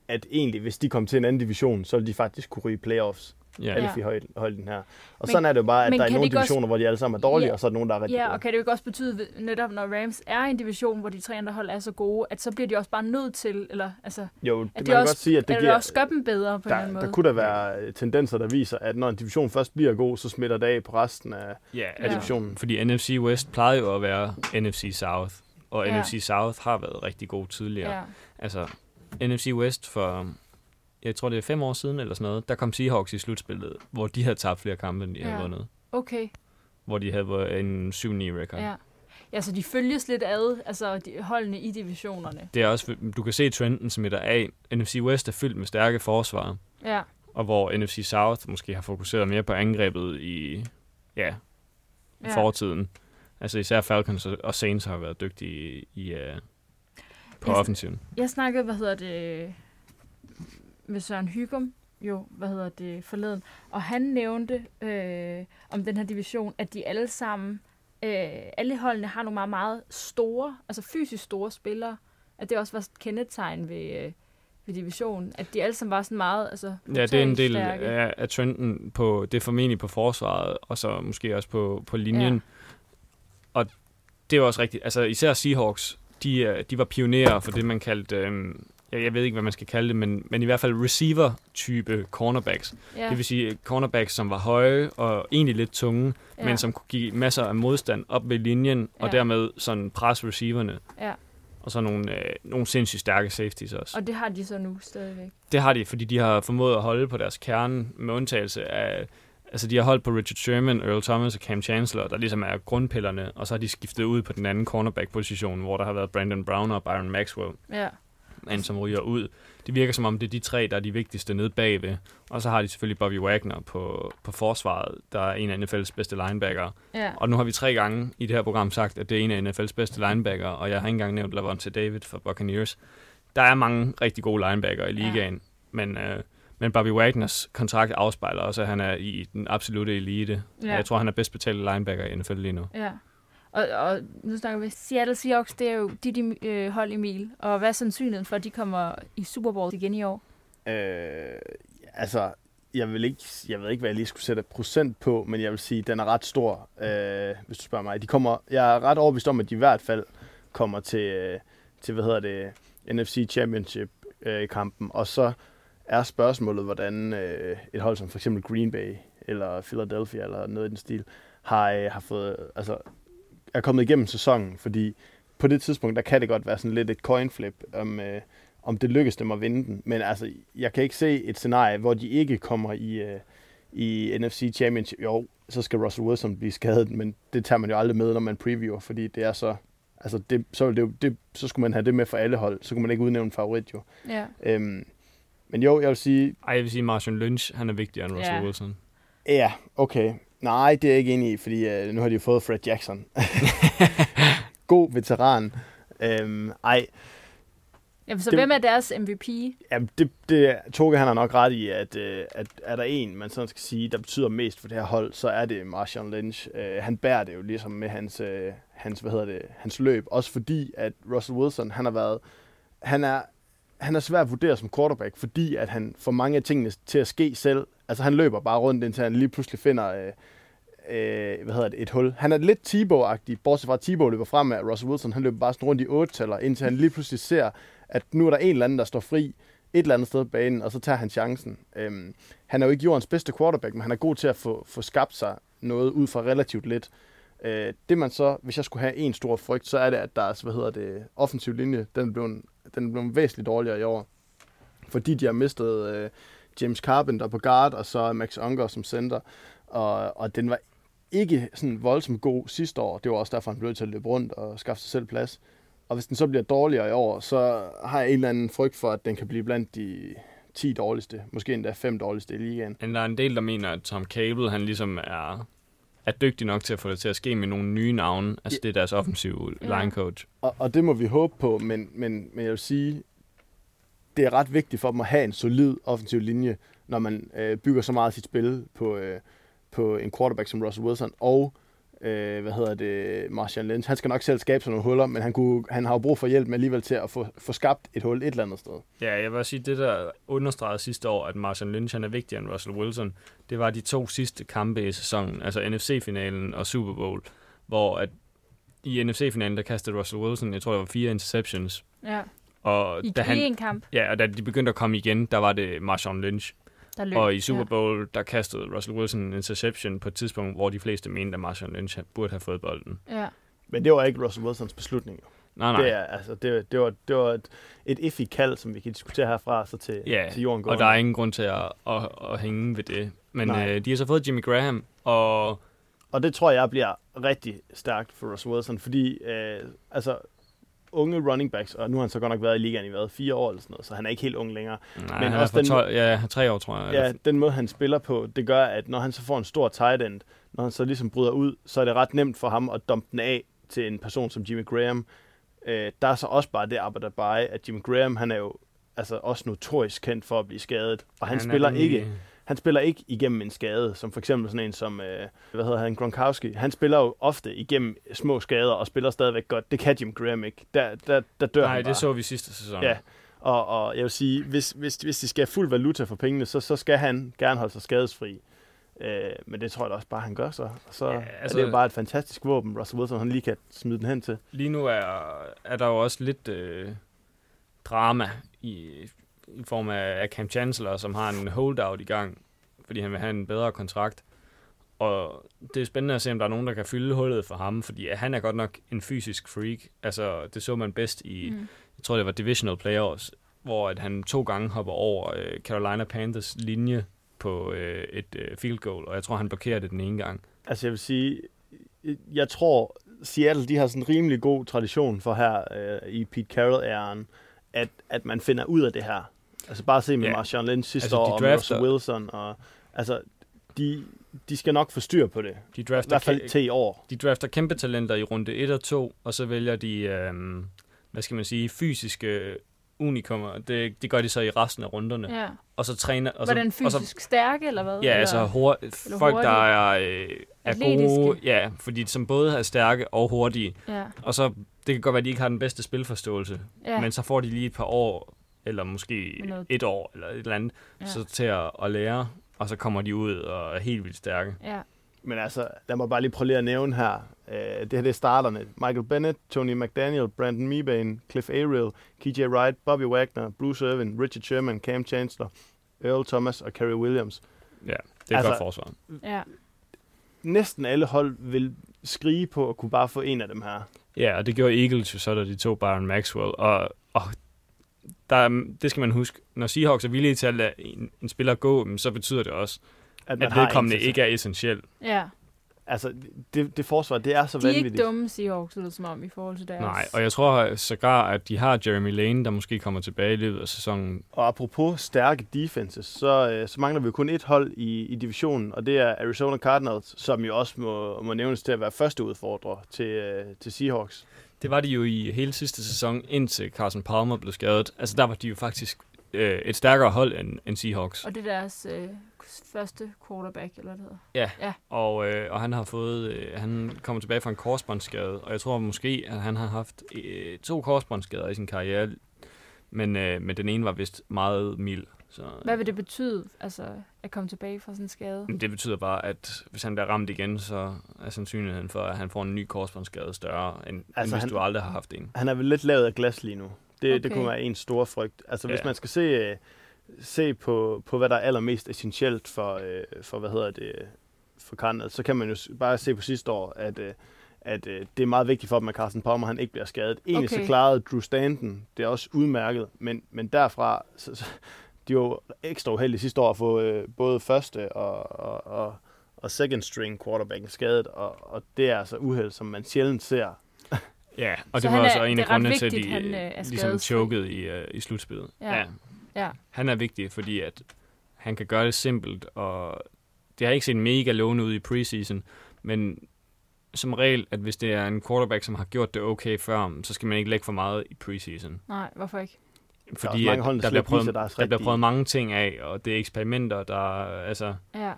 [SPEAKER 2] at egentlig, hvis de kom til en anden division, så ville de faktisk kunne ryge playoffs.
[SPEAKER 3] Ja.
[SPEAKER 2] Elfie ja. holdt, holdt den her. Og men, sådan er det jo bare, at
[SPEAKER 1] men
[SPEAKER 2] der er
[SPEAKER 1] kan det
[SPEAKER 2] nogle
[SPEAKER 1] ikke også-
[SPEAKER 2] divisioner, også... hvor de alle sammen er dårlige,
[SPEAKER 1] Ja.
[SPEAKER 2] og så er der nogen, der er rigtig
[SPEAKER 1] Ja,
[SPEAKER 2] gode.
[SPEAKER 1] og kan det jo ikke også betyde, ved- netop når Rams er i en division, hvor de tre andre hold er så gode, at så bliver de også bare nødt til, eller altså, at
[SPEAKER 2] Jo, det,
[SPEAKER 1] det,
[SPEAKER 2] man kan
[SPEAKER 1] også,
[SPEAKER 2] godt sige, at det
[SPEAKER 1] at
[SPEAKER 2] giver...
[SPEAKER 1] også gør dem bedre på en eller anden
[SPEAKER 2] der,
[SPEAKER 1] måde.
[SPEAKER 2] der kunne der være øh, tendenser, der viser, at når en division først bliver god, så smitter det af på resten af
[SPEAKER 3] Ja,
[SPEAKER 2] af
[SPEAKER 1] Ja.
[SPEAKER 3] altså,
[SPEAKER 2] divisionen.
[SPEAKER 3] fordi NFC West plejede jo at være NFC South, og
[SPEAKER 1] Ja.
[SPEAKER 3] ja. NFC South har været rigtig god tidligere.
[SPEAKER 1] ja.
[SPEAKER 3] Altså, NFC West for, jeg tror det er fem år siden eller sådan noget, der kom Seahawks i slutspillet, hvor de havde tabt flere kampe, end de havde
[SPEAKER 1] Ja.
[SPEAKER 3] vundet.
[SPEAKER 1] Okay,
[SPEAKER 3] Hvor de havde en 7-9 record.
[SPEAKER 1] ja. Ja, så de følges lidt ad, altså de, holdene i divisionerne.
[SPEAKER 3] Det er også, du kan se trenden smitter af. NFC West er fyldt med stærke forsvar,
[SPEAKER 1] Ja,
[SPEAKER 3] og hvor NFC South måske har fokuseret mere på angrebet i, ja, i
[SPEAKER 1] Ja.
[SPEAKER 3] ja. fortiden. Altså især Falcons og og Saints har været dygtige i, uh, på
[SPEAKER 1] Ja, så-
[SPEAKER 3] offensiven.
[SPEAKER 1] jeg snakkede, hvad hedder det, med Søren Hygum, jo, hvad hedder det, forleden, og han nævnte øh, om den her division, at de alle sammen, øh, alle holdene har nogle meget, meget store, altså fysisk store spillere, at det også var et kendetegn ved, øh, ved divisionen, at de alle sammen var sådan meget, altså
[SPEAKER 3] Ja, det er en del
[SPEAKER 1] mentalstærke.
[SPEAKER 3] af, af trenden på, det er formentlig på forsvaret, og så måske også på, på linjen.
[SPEAKER 1] Ja.
[SPEAKER 3] Ja. Og det er jo også rigtigt. Altså især Seahawks, de, øh, de var pionerer for det, man kaldte, øh, jeg, jeg ved ikke, hvad man skal kalde det, men, men i hvert fald receiver-type cornerbacks. Ja. Det vil sige øh, cornerbacks, som var høje og egentlig lidt tunge, ja. men som kunne give masser af modstand op ved linjen, ja.
[SPEAKER 1] Ja.
[SPEAKER 3] og dermed sådan presse receiverne.
[SPEAKER 1] Ja.
[SPEAKER 3] Og så nogle, øh, nogle sindssygt stærke safeties også.
[SPEAKER 1] Og det har de så nu stadigvæk.
[SPEAKER 3] Det har de, fordi de har formået at holde på deres kerne, med undtagelse af... Altså, de har holdt på Richard Sherman, Earl Thomas og Cam Chancellor, der ligesom er grundpillerne, og så har de skiftet ud på den anden cornerback-position, hvor der har været Brandon Brown og Byron Maxwell,
[SPEAKER 1] Ja.
[SPEAKER 3] men som ryger ud. Det virker som om, det er de tre, der er de vigtigste nede bagved. Og så har de selvfølgelig Bobby Wagner på, på forsvaret, der er en af NFL's bedste linebacker.
[SPEAKER 1] ja.
[SPEAKER 3] Og nu har vi tre gange i det her program sagt, at det er en af NFL's bedste linebacker, og jeg har ikke engang nævnt Lavonte David fra Buccaneers. Der er mange rigtig gode linebacker i
[SPEAKER 1] Ja.
[SPEAKER 3] ligaen, men, øh, men Bobby Wagners kontrakt afspejler også, at han er i den absolute elite.
[SPEAKER 1] Ja.
[SPEAKER 3] Ja. Jeg tror, han er bedst betalte linebacker i NFL lige nu.
[SPEAKER 1] Ja. Og, og nu snakker vi Seattle Seahawks, det er jo dit øh, hold i mil. Og hvad er sandsynligheden for, at de kommer i Super Bowl igen i år?
[SPEAKER 2] Øh, altså, jeg, vil ikke, jeg ved ikke, hvad jeg lige skulle sætte et procent på, men jeg vil sige, at den er ret stor, øh, hvis du spørger mig. De kommer, jeg er ret overbevist om, at de i hvert fald kommer til, øh, til hvad hedder det, NFC Championship-kampen. øh, og så er spørgsmålet, hvordan øh, et hold som for eksempel Green Bay eller Philadelphia eller noget i den stil, har, øh, har fået, altså, er kommet igennem sæsonen, fordi på det tidspunkt, der kan det godt være sådan lidt et coin flip, om, øh, om det lykkes dem at vinde den. Men altså, jeg kan ikke se et scenarie, hvor de ikke kommer i, øh, i NFC Championship. Jo, så skal Russell Wilson blive skadet, men det tager man jo aldrig med, når man previewer, fordi det er så... Altså, det, så, ville det, jo- det, så skulle man have det med for alle hold. Så kunne man ikke udnævne en favorit, jo.
[SPEAKER 1] Ja.
[SPEAKER 2] Øhm, men jo, jeg vil sige,
[SPEAKER 3] Ej, jeg vil sige, Martian Lynch, han er vigtigere end Russell
[SPEAKER 1] Ja.
[SPEAKER 3] ja. Wilson.
[SPEAKER 2] ja, okay. Nej, det er jeg ikke enig i, fordi øh, nu har de jo fået Fred Jackson. God veteran. Øhm, ej,
[SPEAKER 1] Jamen, så
[SPEAKER 2] Det-
[SPEAKER 1] det... hvem er deres MVP?
[SPEAKER 2] Jamen, det, det, Toge han har nok ret i, at, øh, at er der en, man sådan skal sige, der betyder mest for det her hold, så er det Marshawn Lynch. Øh, han bærer det jo ligesom med hans, øh, hans, hvad hedder det, hans løb. Også fordi, at Russell Wilson, han har været, han er, han er svær at vurdere som quarterback, fordi at han får mange af tingene til at ske selv. Altså, han løber bare rundt, indtil han lige pludselig finder øh, øh, hvad hedder det, et hul. Han er lidt Tebow-agtig, bortset fra at Tebow løber fremad, og Russell Wilson, han løber bare sådan rundt i otte tæller, indtil han lige pludselig ser, at nu er der en eller anden, der står fri et eller andet sted på banen, og så tager han chancen. Øhm, han er jo ikke jordens bedste quarterback, men han er god til at få, få skabt sig noget ud fra relativt lidt. Øh, det man så, hvis jeg skulle have en stor frygt, så er det, at deres, hvad hedder det, offensiv linje, den er blevet, den er blevet væsentligt dårligere i år. Fordi de har mistet øh, James Carpenter på guard, og så Max Unger som center. Og, og den var ikke sådan voldsomt god sidste år. Det var også derfor, han blev nødt til at løbe rundt og skaffe sig selv plads. Og hvis den så bliver dårligere i år, så har jeg en eller anden frygt for, at den kan blive blandt de 10 dårligste, måske endda 5 dårligste i ligaen.
[SPEAKER 3] Men der er en del, der mener, at Tom Cable, han ligesom er, er dygtig nok til at få det til at ske med nogle nye navne. Altså, det er deres offensive
[SPEAKER 1] Ja.
[SPEAKER 3] line coach.
[SPEAKER 2] Og, og det må vi håbe på, men, men, men jeg vil sige, det er ret vigtigt for dem at have en solid offensiv linje, når man øh, bygger så meget af sit spil på, øh, på en quarterback som Russell Wilson, og øh, hvad hedder det, Martian Lynch, han skal nok selv skabe sig nogle huller, men han, kunne, han har jo brug for hjælp med alligevel til at få, få skabt et hul et eller andet sted.
[SPEAKER 3] Ja, jeg vil også sige, det der understregede sidste år, at Martin Lynch han er vigtigere end Russell Wilson, det var de to sidste kampe i sæsonen, altså NFC-finalen og Super Bowl, hvor at i NFC-finalen, der kastede Russell Wilson, jeg tror, der var fire interceptions.
[SPEAKER 1] Ja.
[SPEAKER 3] Og
[SPEAKER 1] I
[SPEAKER 3] da han,
[SPEAKER 1] en kamp,
[SPEAKER 3] ja, og da de begyndte at komme igen, der var det Marshawn Lynch.
[SPEAKER 1] der løb.
[SPEAKER 3] Og i Super Bowl, ja. der kastede Russell Wilson en interception på et tidspunkt, hvor de fleste mente, at Marshawn Lynch burde have fået bolden.
[SPEAKER 1] Ja. ja.
[SPEAKER 2] Men det var ikke Russell Wilsons beslutning. Jo.
[SPEAKER 3] Nej, Ah, nej.
[SPEAKER 2] Det, er, altså, det, det, var, det var et, et iffy kald, som vi kan diskutere herfra så til,
[SPEAKER 3] Ja,
[SPEAKER 2] til jorden går.
[SPEAKER 3] Og der er ingen grund til at, at, at hænge ved det. Men
[SPEAKER 2] Nej.
[SPEAKER 3] øh, de har så fået Jimmy Graham, og
[SPEAKER 2] Og det tror jeg bliver rigtig stærkt for Russell Wilson, fordi øh, altså, unge running backs, og nu har han så godt nok været i ligaen i hvad, fire år eller sådan noget, så han er ikke helt ung længere.
[SPEAKER 3] nej,
[SPEAKER 2] Men
[SPEAKER 3] men han
[SPEAKER 2] også
[SPEAKER 3] er
[SPEAKER 2] den-
[SPEAKER 3] fra 12, ja, tre år, tror jeg.
[SPEAKER 2] Ja, den måde, han spiller på, det gør, at når han så får en stor tight end, når han så ligesom bryder ud, så er det ret nemt for ham at dumpe den af til en person som Jimmy Graham. Øh, der er så også bare det arbejde bare, at Jimmy Graham, han er jo altså også notorisk kendt for at blive skadet, og han, han
[SPEAKER 3] er
[SPEAKER 2] spiller
[SPEAKER 3] nemlig-
[SPEAKER 2] ikke han spiller ikke igennem en skade, som for eksempel sådan en som, øh, hvad hedder han, Gronkowski. Han spiller jo ofte igennem små skader og spiller stadigvæk godt. Det kan Jim Graham ikke. Der, der, der dør
[SPEAKER 3] Nej,
[SPEAKER 2] han bare.
[SPEAKER 3] det så vi sidste sæson.
[SPEAKER 2] Ja, og, og jeg vil sige, hvis, hvis, hvis de skal have fuld valuta for pengene, så, så skal han gerne holde sig skadesfri. Øh, men det tror jeg da også bare, han gør så. Og så
[SPEAKER 3] Ja,
[SPEAKER 2] ja, altså,
[SPEAKER 3] altså-
[SPEAKER 2] er det jo bare et fantastisk våben, Russell Wilson, han lige kan smide den hen til.
[SPEAKER 3] Lige nu er, er der jo også lidt øh, drama i, i form af, af Cam Chancellor, som har en holdout i gang, fordi han vil have en bedre kontrakt. Og det er spændende at se, om der er nogen, der kan fylde hullet for ham, fordi han er godt nok en fysisk freak. Altså, det så man bedst i,
[SPEAKER 1] Mm.
[SPEAKER 3] jeg tror det var Divisional Playoffs, hvor at han to gange hopper over øh, Carolina Panthers linje på øh, et øh, field goal, og jeg tror, han blokerer det den ene gang.
[SPEAKER 2] Altså jeg vil sige, jeg tror Seattle, de har sådan en rimelig god tradition for her øh, i Pete Carroll-æren, at, at man finder ud af det her. Altså bare se med
[SPEAKER 3] Ja.
[SPEAKER 2] yeah. Marshawn Lynch sidste
[SPEAKER 3] Altså,
[SPEAKER 2] altså,
[SPEAKER 3] de
[SPEAKER 2] år, og med
[SPEAKER 3] drafter-
[SPEAKER 2] Russell Wilson, og altså de, de skal nok få styr på det.
[SPEAKER 3] De
[SPEAKER 2] I
[SPEAKER 3] drafter
[SPEAKER 2] hvert fald til i år.
[SPEAKER 3] de drafter kæmpe talenter i runde 1 og 2, og så vælger de, øhm, hvad skal man sige, fysiske unikummer. Det, det gør de så i resten af runderne. Ja.
[SPEAKER 1] ja.
[SPEAKER 3] Og så træner... Og
[SPEAKER 1] Var den
[SPEAKER 3] så, og så,
[SPEAKER 1] fysisk stærke, eller hvad?
[SPEAKER 3] ja,
[SPEAKER 1] eller?
[SPEAKER 3] altså hår, folk, der er, øh, er gode.
[SPEAKER 1] Atletiske.
[SPEAKER 3] Ja, fordi som både er stærke og hurtige.
[SPEAKER 1] Ja.
[SPEAKER 3] Og så, det kan godt være, at de ikke har den bedste spilforståelse,
[SPEAKER 1] ja.
[SPEAKER 3] ja. men så får de lige et par år, eller måske
[SPEAKER 1] Med noget-
[SPEAKER 3] et år, eller et eller andet,
[SPEAKER 1] ja.
[SPEAKER 3] ja. så til at, at lære, og så kommer de ud og er helt vildt stærke.
[SPEAKER 1] ja.
[SPEAKER 2] Men altså, lad mig bare lige prøve lige at nævne her. Øh, det her det er starterne. Michael Bennett, Tony McDaniel, Brandon Mebane, Cliff Ariel, KJ Wright, Bobby Wagner, Bruce Irvin, Richard Sherman, Cam Chancellor, Earl Thomas og Kerry Williams.
[SPEAKER 3] Det er altså,
[SPEAKER 2] Altså-
[SPEAKER 3] godt forsvar.
[SPEAKER 1] ja.
[SPEAKER 2] Næsten alle hold vil skrige på at kunne bare få en af dem her.
[SPEAKER 3] Ja, og det gjorde Eagles jo så, da de tog Byron Maxwell. Og, og der, er- det skal man huske. Når Seahawks er villige til at lade en, en spiller gå, jamen, så betyder det også,
[SPEAKER 2] At, man
[SPEAKER 3] at
[SPEAKER 2] har en
[SPEAKER 3] vedkommende
[SPEAKER 2] til sig.
[SPEAKER 3] ikke er essentiel.
[SPEAKER 1] Ja.
[SPEAKER 2] Altså, det, det forsvar, det er så
[SPEAKER 1] De er
[SPEAKER 2] vanvittigt.
[SPEAKER 1] ikke dumme, Seahawks, lyder det som om, i forhold til deres...
[SPEAKER 3] Nej, og jeg tror sågar, at de har Jeremy Lane, der måske kommer tilbage i løbet af sæsonen.
[SPEAKER 2] Og apropos stærke defenses, så, øh, så mangler vi jo kun et hold i, i divisionen, og det er Arizona Cardinals, som jo også må, må nævnes til at være første udfordrer til, øh, til Seahawks.
[SPEAKER 3] Det var de jo i hele sidste sæson, indtil Carson Palmer blev skadet. Altså der var de jo faktisk øh, et stærkere hold end, end Seahawks.
[SPEAKER 1] Og det er deres øh, første quarterback, eller hvad det hedder.
[SPEAKER 3] Og, øh, og han har fået, øh, han kommer tilbage fra en korsbåndsskade, og jeg tror måske, at han har haft øh, to korsbåndsskader i sin karriere, men, øh, men den ene var vist meget mild. Så,
[SPEAKER 1] Hvad vil det betyde, altså, at komme tilbage fra sådan en skade?
[SPEAKER 3] Men det betyder bare, at hvis han bliver ramt igen, så er sandsynligheden for, at han får en ny korsbåndsskade større, end, altså end
[SPEAKER 2] Altså,
[SPEAKER 3] hvis
[SPEAKER 2] han-
[SPEAKER 3] du aldrig har haft en.
[SPEAKER 2] Han er vel lidt lavet af glas lige nu. Det, okay. det
[SPEAKER 1] Okay.
[SPEAKER 2] kunne være en stor frygt. Altså, hvis
[SPEAKER 3] Ja.
[SPEAKER 2] man skal se, øh, se på, på, hvad der er allermest essentielt for, øh, for hvad hedder det, øh, for Cardinals, så kan man jo s- bare se på sidste år, at, øh, at øh, det er meget vigtigt for dem, at Carsten Palmer han ikke bliver skadet. Egentlig okay.
[SPEAKER 1] Okay.
[SPEAKER 2] så klarede Drew Stanton, det er også udmærket, men, men derfra, så, så, de var jo ekstra uheldige sidste år at få øh, både første og, og, og, og second string quarterbacken skadet, og, og det er altså uheld, som man sjældent ser.
[SPEAKER 3] Ja, og
[SPEAKER 1] Så
[SPEAKER 3] det var
[SPEAKER 1] han er-
[SPEAKER 3] også en
[SPEAKER 1] det
[SPEAKER 3] af
[SPEAKER 1] er ret
[SPEAKER 3] grundene til, at
[SPEAKER 1] vigtigt,
[SPEAKER 3] de
[SPEAKER 1] han, øh,
[SPEAKER 3] øh,
[SPEAKER 1] er
[SPEAKER 3] ligesom
[SPEAKER 1] skadesfri.
[SPEAKER 3] chokede i, øh, i slutspillet.
[SPEAKER 1] Ja. Ja.
[SPEAKER 3] Han er vigtig, fordi at han kan gøre det simpelt, og det har ikke set mega lovende ud i preseason, men som regel, at hvis det er en quarterback, som har gjort det okay før, så skal man ikke lægge for meget i preseason.
[SPEAKER 1] Nej, hvorfor ikke?
[SPEAKER 3] Fordi
[SPEAKER 2] mange
[SPEAKER 3] at
[SPEAKER 2] hold, der
[SPEAKER 3] der,
[SPEAKER 2] slet
[SPEAKER 3] bliver
[SPEAKER 2] ikke viser
[SPEAKER 3] prøvet,
[SPEAKER 2] deres
[SPEAKER 3] der bliver
[SPEAKER 2] rigtige-
[SPEAKER 3] prøvet mange ting af, og det er eksperimenter, der altså,
[SPEAKER 1] Ja.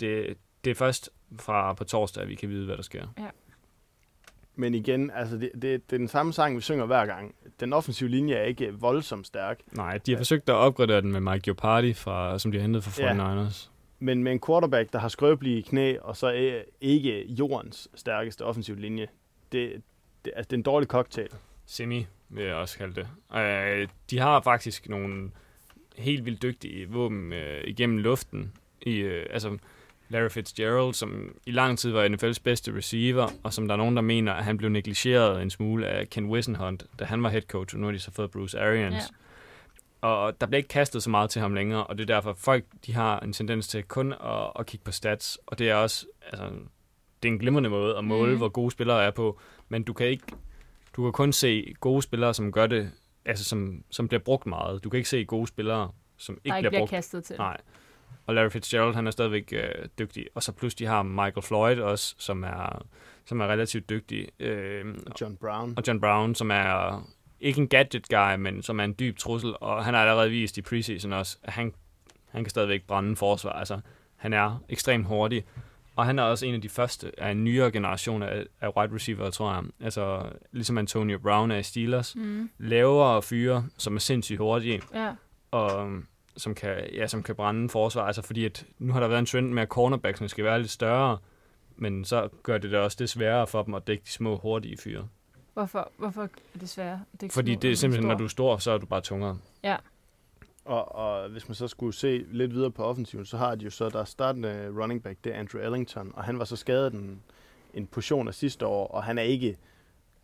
[SPEAKER 3] det, det er først fra på torsdag, at vi kan vide, hvad der sker.
[SPEAKER 2] Men igen, altså det, det, det er den samme sang, vi synger hver gang. Den offensive linje er ikke voldsomt stærk,
[SPEAKER 3] Nej, de har
[SPEAKER 2] Ja.
[SPEAKER 3] forsøgt at opgradere den med Mike Giopardi, fra, som de har hentet fra 49ers.
[SPEAKER 2] men med en quarterback, der har skrøbelige knæ, og så er ikke jordens stærkeste offensive linje, det, det, altså, det er en dårlig cocktail.
[SPEAKER 3] Semi, vil jeg også kalde det. Øh, de har faktisk nogle helt vildt dygtige våben øh, igennem luften. I, øh, altså Larry Fitzgerald, som i lang tid var NFL's bedste receiver, og som der er nogen, der mener, at han blev negligeret en smule af Ken Wisenhunt, da han var head coach, og nu har de så fået Bruce Arians.
[SPEAKER 1] Ja.
[SPEAKER 3] Og der bliver ikke kastet så meget til ham længere, og det er derfor, at folk de har en tendens til kun at, at kigge på stats, og det er også altså, det er en glimrende måde at måle,
[SPEAKER 1] Mhm.
[SPEAKER 3] mm. hvor gode spillere er på, men du kan ikke du kan kun se gode spillere, som gør det, altså som, som bliver brugt meget. Du kan ikke se gode spillere, som
[SPEAKER 1] der
[SPEAKER 3] ikke, bliver,
[SPEAKER 1] ikke bliver
[SPEAKER 3] brugt.
[SPEAKER 1] kastet til.
[SPEAKER 3] Nej. Og Larry Fitzgerald, han er stadigvæk øh, dygtig. Og så pludselig har Michael Floyd også, som er, som er relativt dygtig. Øh,
[SPEAKER 2] John Brown.
[SPEAKER 3] og John Brown, som er ikke en gadget guy, men som er en dyb trussel, og han har allerede vist i preseason også, at han, han kan stadigvæk brænde en forsvar. Altså, han er ekstremt hurtig, og han er også en af de første af en nyere generation af, af wide receiver, tror jeg. Altså, ligesom Antonio Brown er i Steelers.
[SPEAKER 1] Mm.
[SPEAKER 3] Lavere fyre, som er sindssygt hurtige,
[SPEAKER 1] Ja.
[SPEAKER 3] og øhm, som kan, ja, som kan brænde en forsvar. Altså, fordi at, nu har der været en trend med, at cornerbacksene skal være lidt større, men så gør det det også det sværere for dem at dække de små, hurtige fyre.
[SPEAKER 1] Hvorfor, hvorfor er det svært? Det er ikke
[SPEAKER 3] Fordi
[SPEAKER 1] små,
[SPEAKER 3] det er simpelthen,
[SPEAKER 1] stor.
[SPEAKER 3] når du er stor, så er du bare tungere.
[SPEAKER 2] Og, og hvis man så skulle se lidt videre på offensiven, så har de jo så, der er startende running back, det er Andrew Ellington, og han var så skadet en, en portion af sidste år, og han er ikke,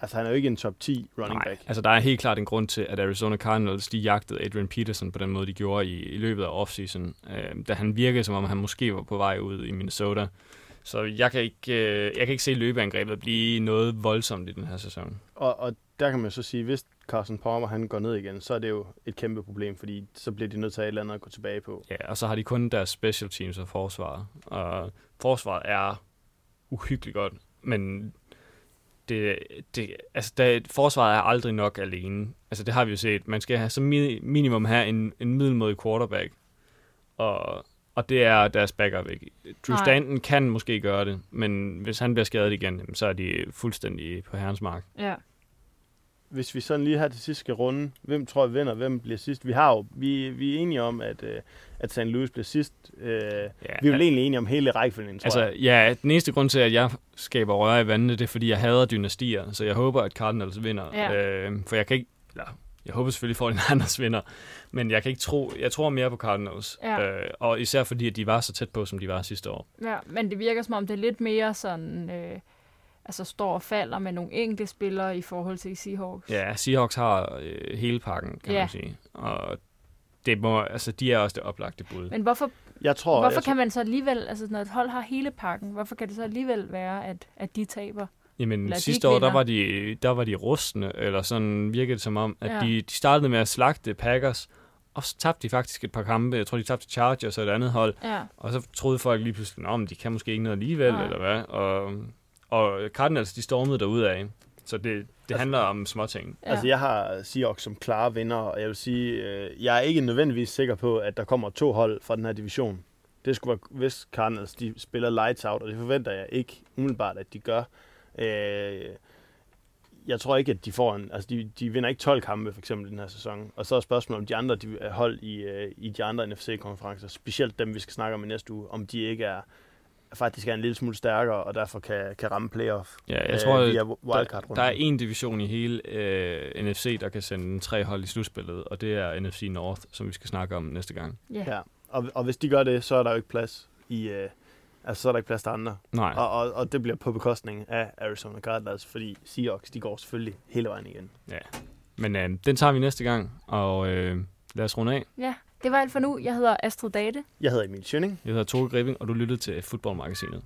[SPEAKER 2] altså han er jo ikke en top 10 running back.
[SPEAKER 3] altså der er helt klart en grund til, at Arizona Cardinals, de jagtede Adrian Peterson på den måde, de gjorde i, i løbet af offseason, øh, da han virkede, som om han måske var på vej ud i Minnesota. Så jeg kan ikke, øh, jeg kan ikke se løbeangrebet blive noget voldsomt i den her sæson.
[SPEAKER 2] Og, og der kan man så sige, hvis Carson Palmer han går ned igen, så er det jo et kæmpe problem, fordi så bliver de nødt til at have et eller andet at gå tilbage på.
[SPEAKER 3] Ja, og så har de kun deres special teams og forsvaret. Og forsvaret er uhyggeligt godt, men det, det, altså der, forsvaret er aldrig nok alene. Altså det har vi jo set. Man skal have så mi- minimum have en, en middelmodig quarterback, og, og det er deres backup ikke. Drew
[SPEAKER 1] Nej.
[SPEAKER 3] Stanton kan måske gøre det, men hvis han bliver skadet igen, jamen, så er de fuldstændig på herrens mark.
[SPEAKER 1] Ja.
[SPEAKER 2] Hvis vi sådan lige her til sidst skal runde, hvem tror jeg vinder, hvem bliver sidst? Vi har jo, vi, vi er enige om, at, øh, at St. Louis bliver sidst. Øh,
[SPEAKER 3] Ja,
[SPEAKER 2] vi er jo egentlig enige om hele rækkefølgen, tror
[SPEAKER 3] Altså,
[SPEAKER 2] jeg.
[SPEAKER 3] ja, den eneste grund til, at jeg skaber røre i vandene, det er, fordi jeg hader dynastier, så jeg håber, at Cardinals vinder.
[SPEAKER 1] Ja.
[SPEAKER 3] Øh, for jeg kan ikke... Eller, jeg håber selvfølgelig, for at Niners vinder, men jeg kan ikke tro... Jeg tror mere på Cardinals.
[SPEAKER 1] Ja.
[SPEAKER 3] Øh, og især fordi, at de var så tæt på, som de var sidste år.
[SPEAKER 1] ja, men det virker som om, det er lidt mere sådan... Øh, altså står og falder med nogle enkelte spillere i forhold til Seahawks.
[SPEAKER 3] Ja, Seahawks har øh, hele pakken, kan
[SPEAKER 1] Ja.
[SPEAKER 3] man sige. Og det må, altså, de er også det oplagte bud.
[SPEAKER 1] Men hvorfor,
[SPEAKER 2] Jeg tror,
[SPEAKER 1] oh, hvorfor
[SPEAKER 2] jeg,
[SPEAKER 1] kan man så alligevel, altså når et hold har hele pakken, hvorfor kan det så alligevel være, at, at de taber?
[SPEAKER 3] Jamen
[SPEAKER 1] Eller de
[SPEAKER 3] sidste år, der
[SPEAKER 1] kvinder.
[SPEAKER 3] var, de, der var de rustne, eller sådan virkede det som om, at
[SPEAKER 1] Ja.
[SPEAKER 3] ja. de, de startede med at slagte Packers, og så tabte de faktisk et par kampe. Jeg tror, de tabte til Chargers og et andet hold,
[SPEAKER 1] Ja,
[SPEAKER 3] og så troede folk lige pludselig, om de kan måske ikke noget alligevel,
[SPEAKER 1] Nej.
[SPEAKER 3] Nej. eller hvad. Og, og Cardinals, de stormede derudad. Så det, det
[SPEAKER 2] Altså-
[SPEAKER 3] handler om småting.
[SPEAKER 1] ja.
[SPEAKER 2] Altså, jeg har Seahawks som klare vinder, og jeg vil sige, øh, jeg er ikke nødvendigvis sikker på, at der kommer to hold fra den her division. Det skulle være, hvis Cardinals de spiller lights out, og det forventer jeg ikke umiddelbart, at de gør. Øh, jeg tror ikke, at de får en... Altså, de, de vinder ikke 12 kampe, for eksempel, den her sæson. Og så er spørgsmålet, om de andre de, hold i, øh, i de andre NFC-konferencer, specielt dem, vi skal snakke om i næste uge, om de ikke er faktisk er en lille smule stærkere, og derfor kan, kan ramme playoff. Øh,
[SPEAKER 3] Ja, jeg tror,
[SPEAKER 2] via
[SPEAKER 3] der,
[SPEAKER 2] wildcard
[SPEAKER 3] der er en division i hele øh, NFC, der kan sende tre hold i slutspillet, og det er NFC North, som vi skal snakke om næste gang.
[SPEAKER 1] ja.
[SPEAKER 2] Ja, og, og hvis de gør det, så er der jo ikke plads i... Øh, altså, så er der ikke plads til andre.
[SPEAKER 3] Nej.
[SPEAKER 2] Og, og, og det bliver på bekostning af Arizona Cardinals, fordi Seahawks, de går selvfølgelig hele vejen igen.
[SPEAKER 3] Men øh, den tager vi næste gang, og øh, lad os runde af.
[SPEAKER 1] ja. Det var alt for nu. Jeg hedder Astrid Date.
[SPEAKER 2] Jeg hedder Emil Schønning.
[SPEAKER 3] Jeg hedder Tore Gripping, og du lyttede til Football Magasinet.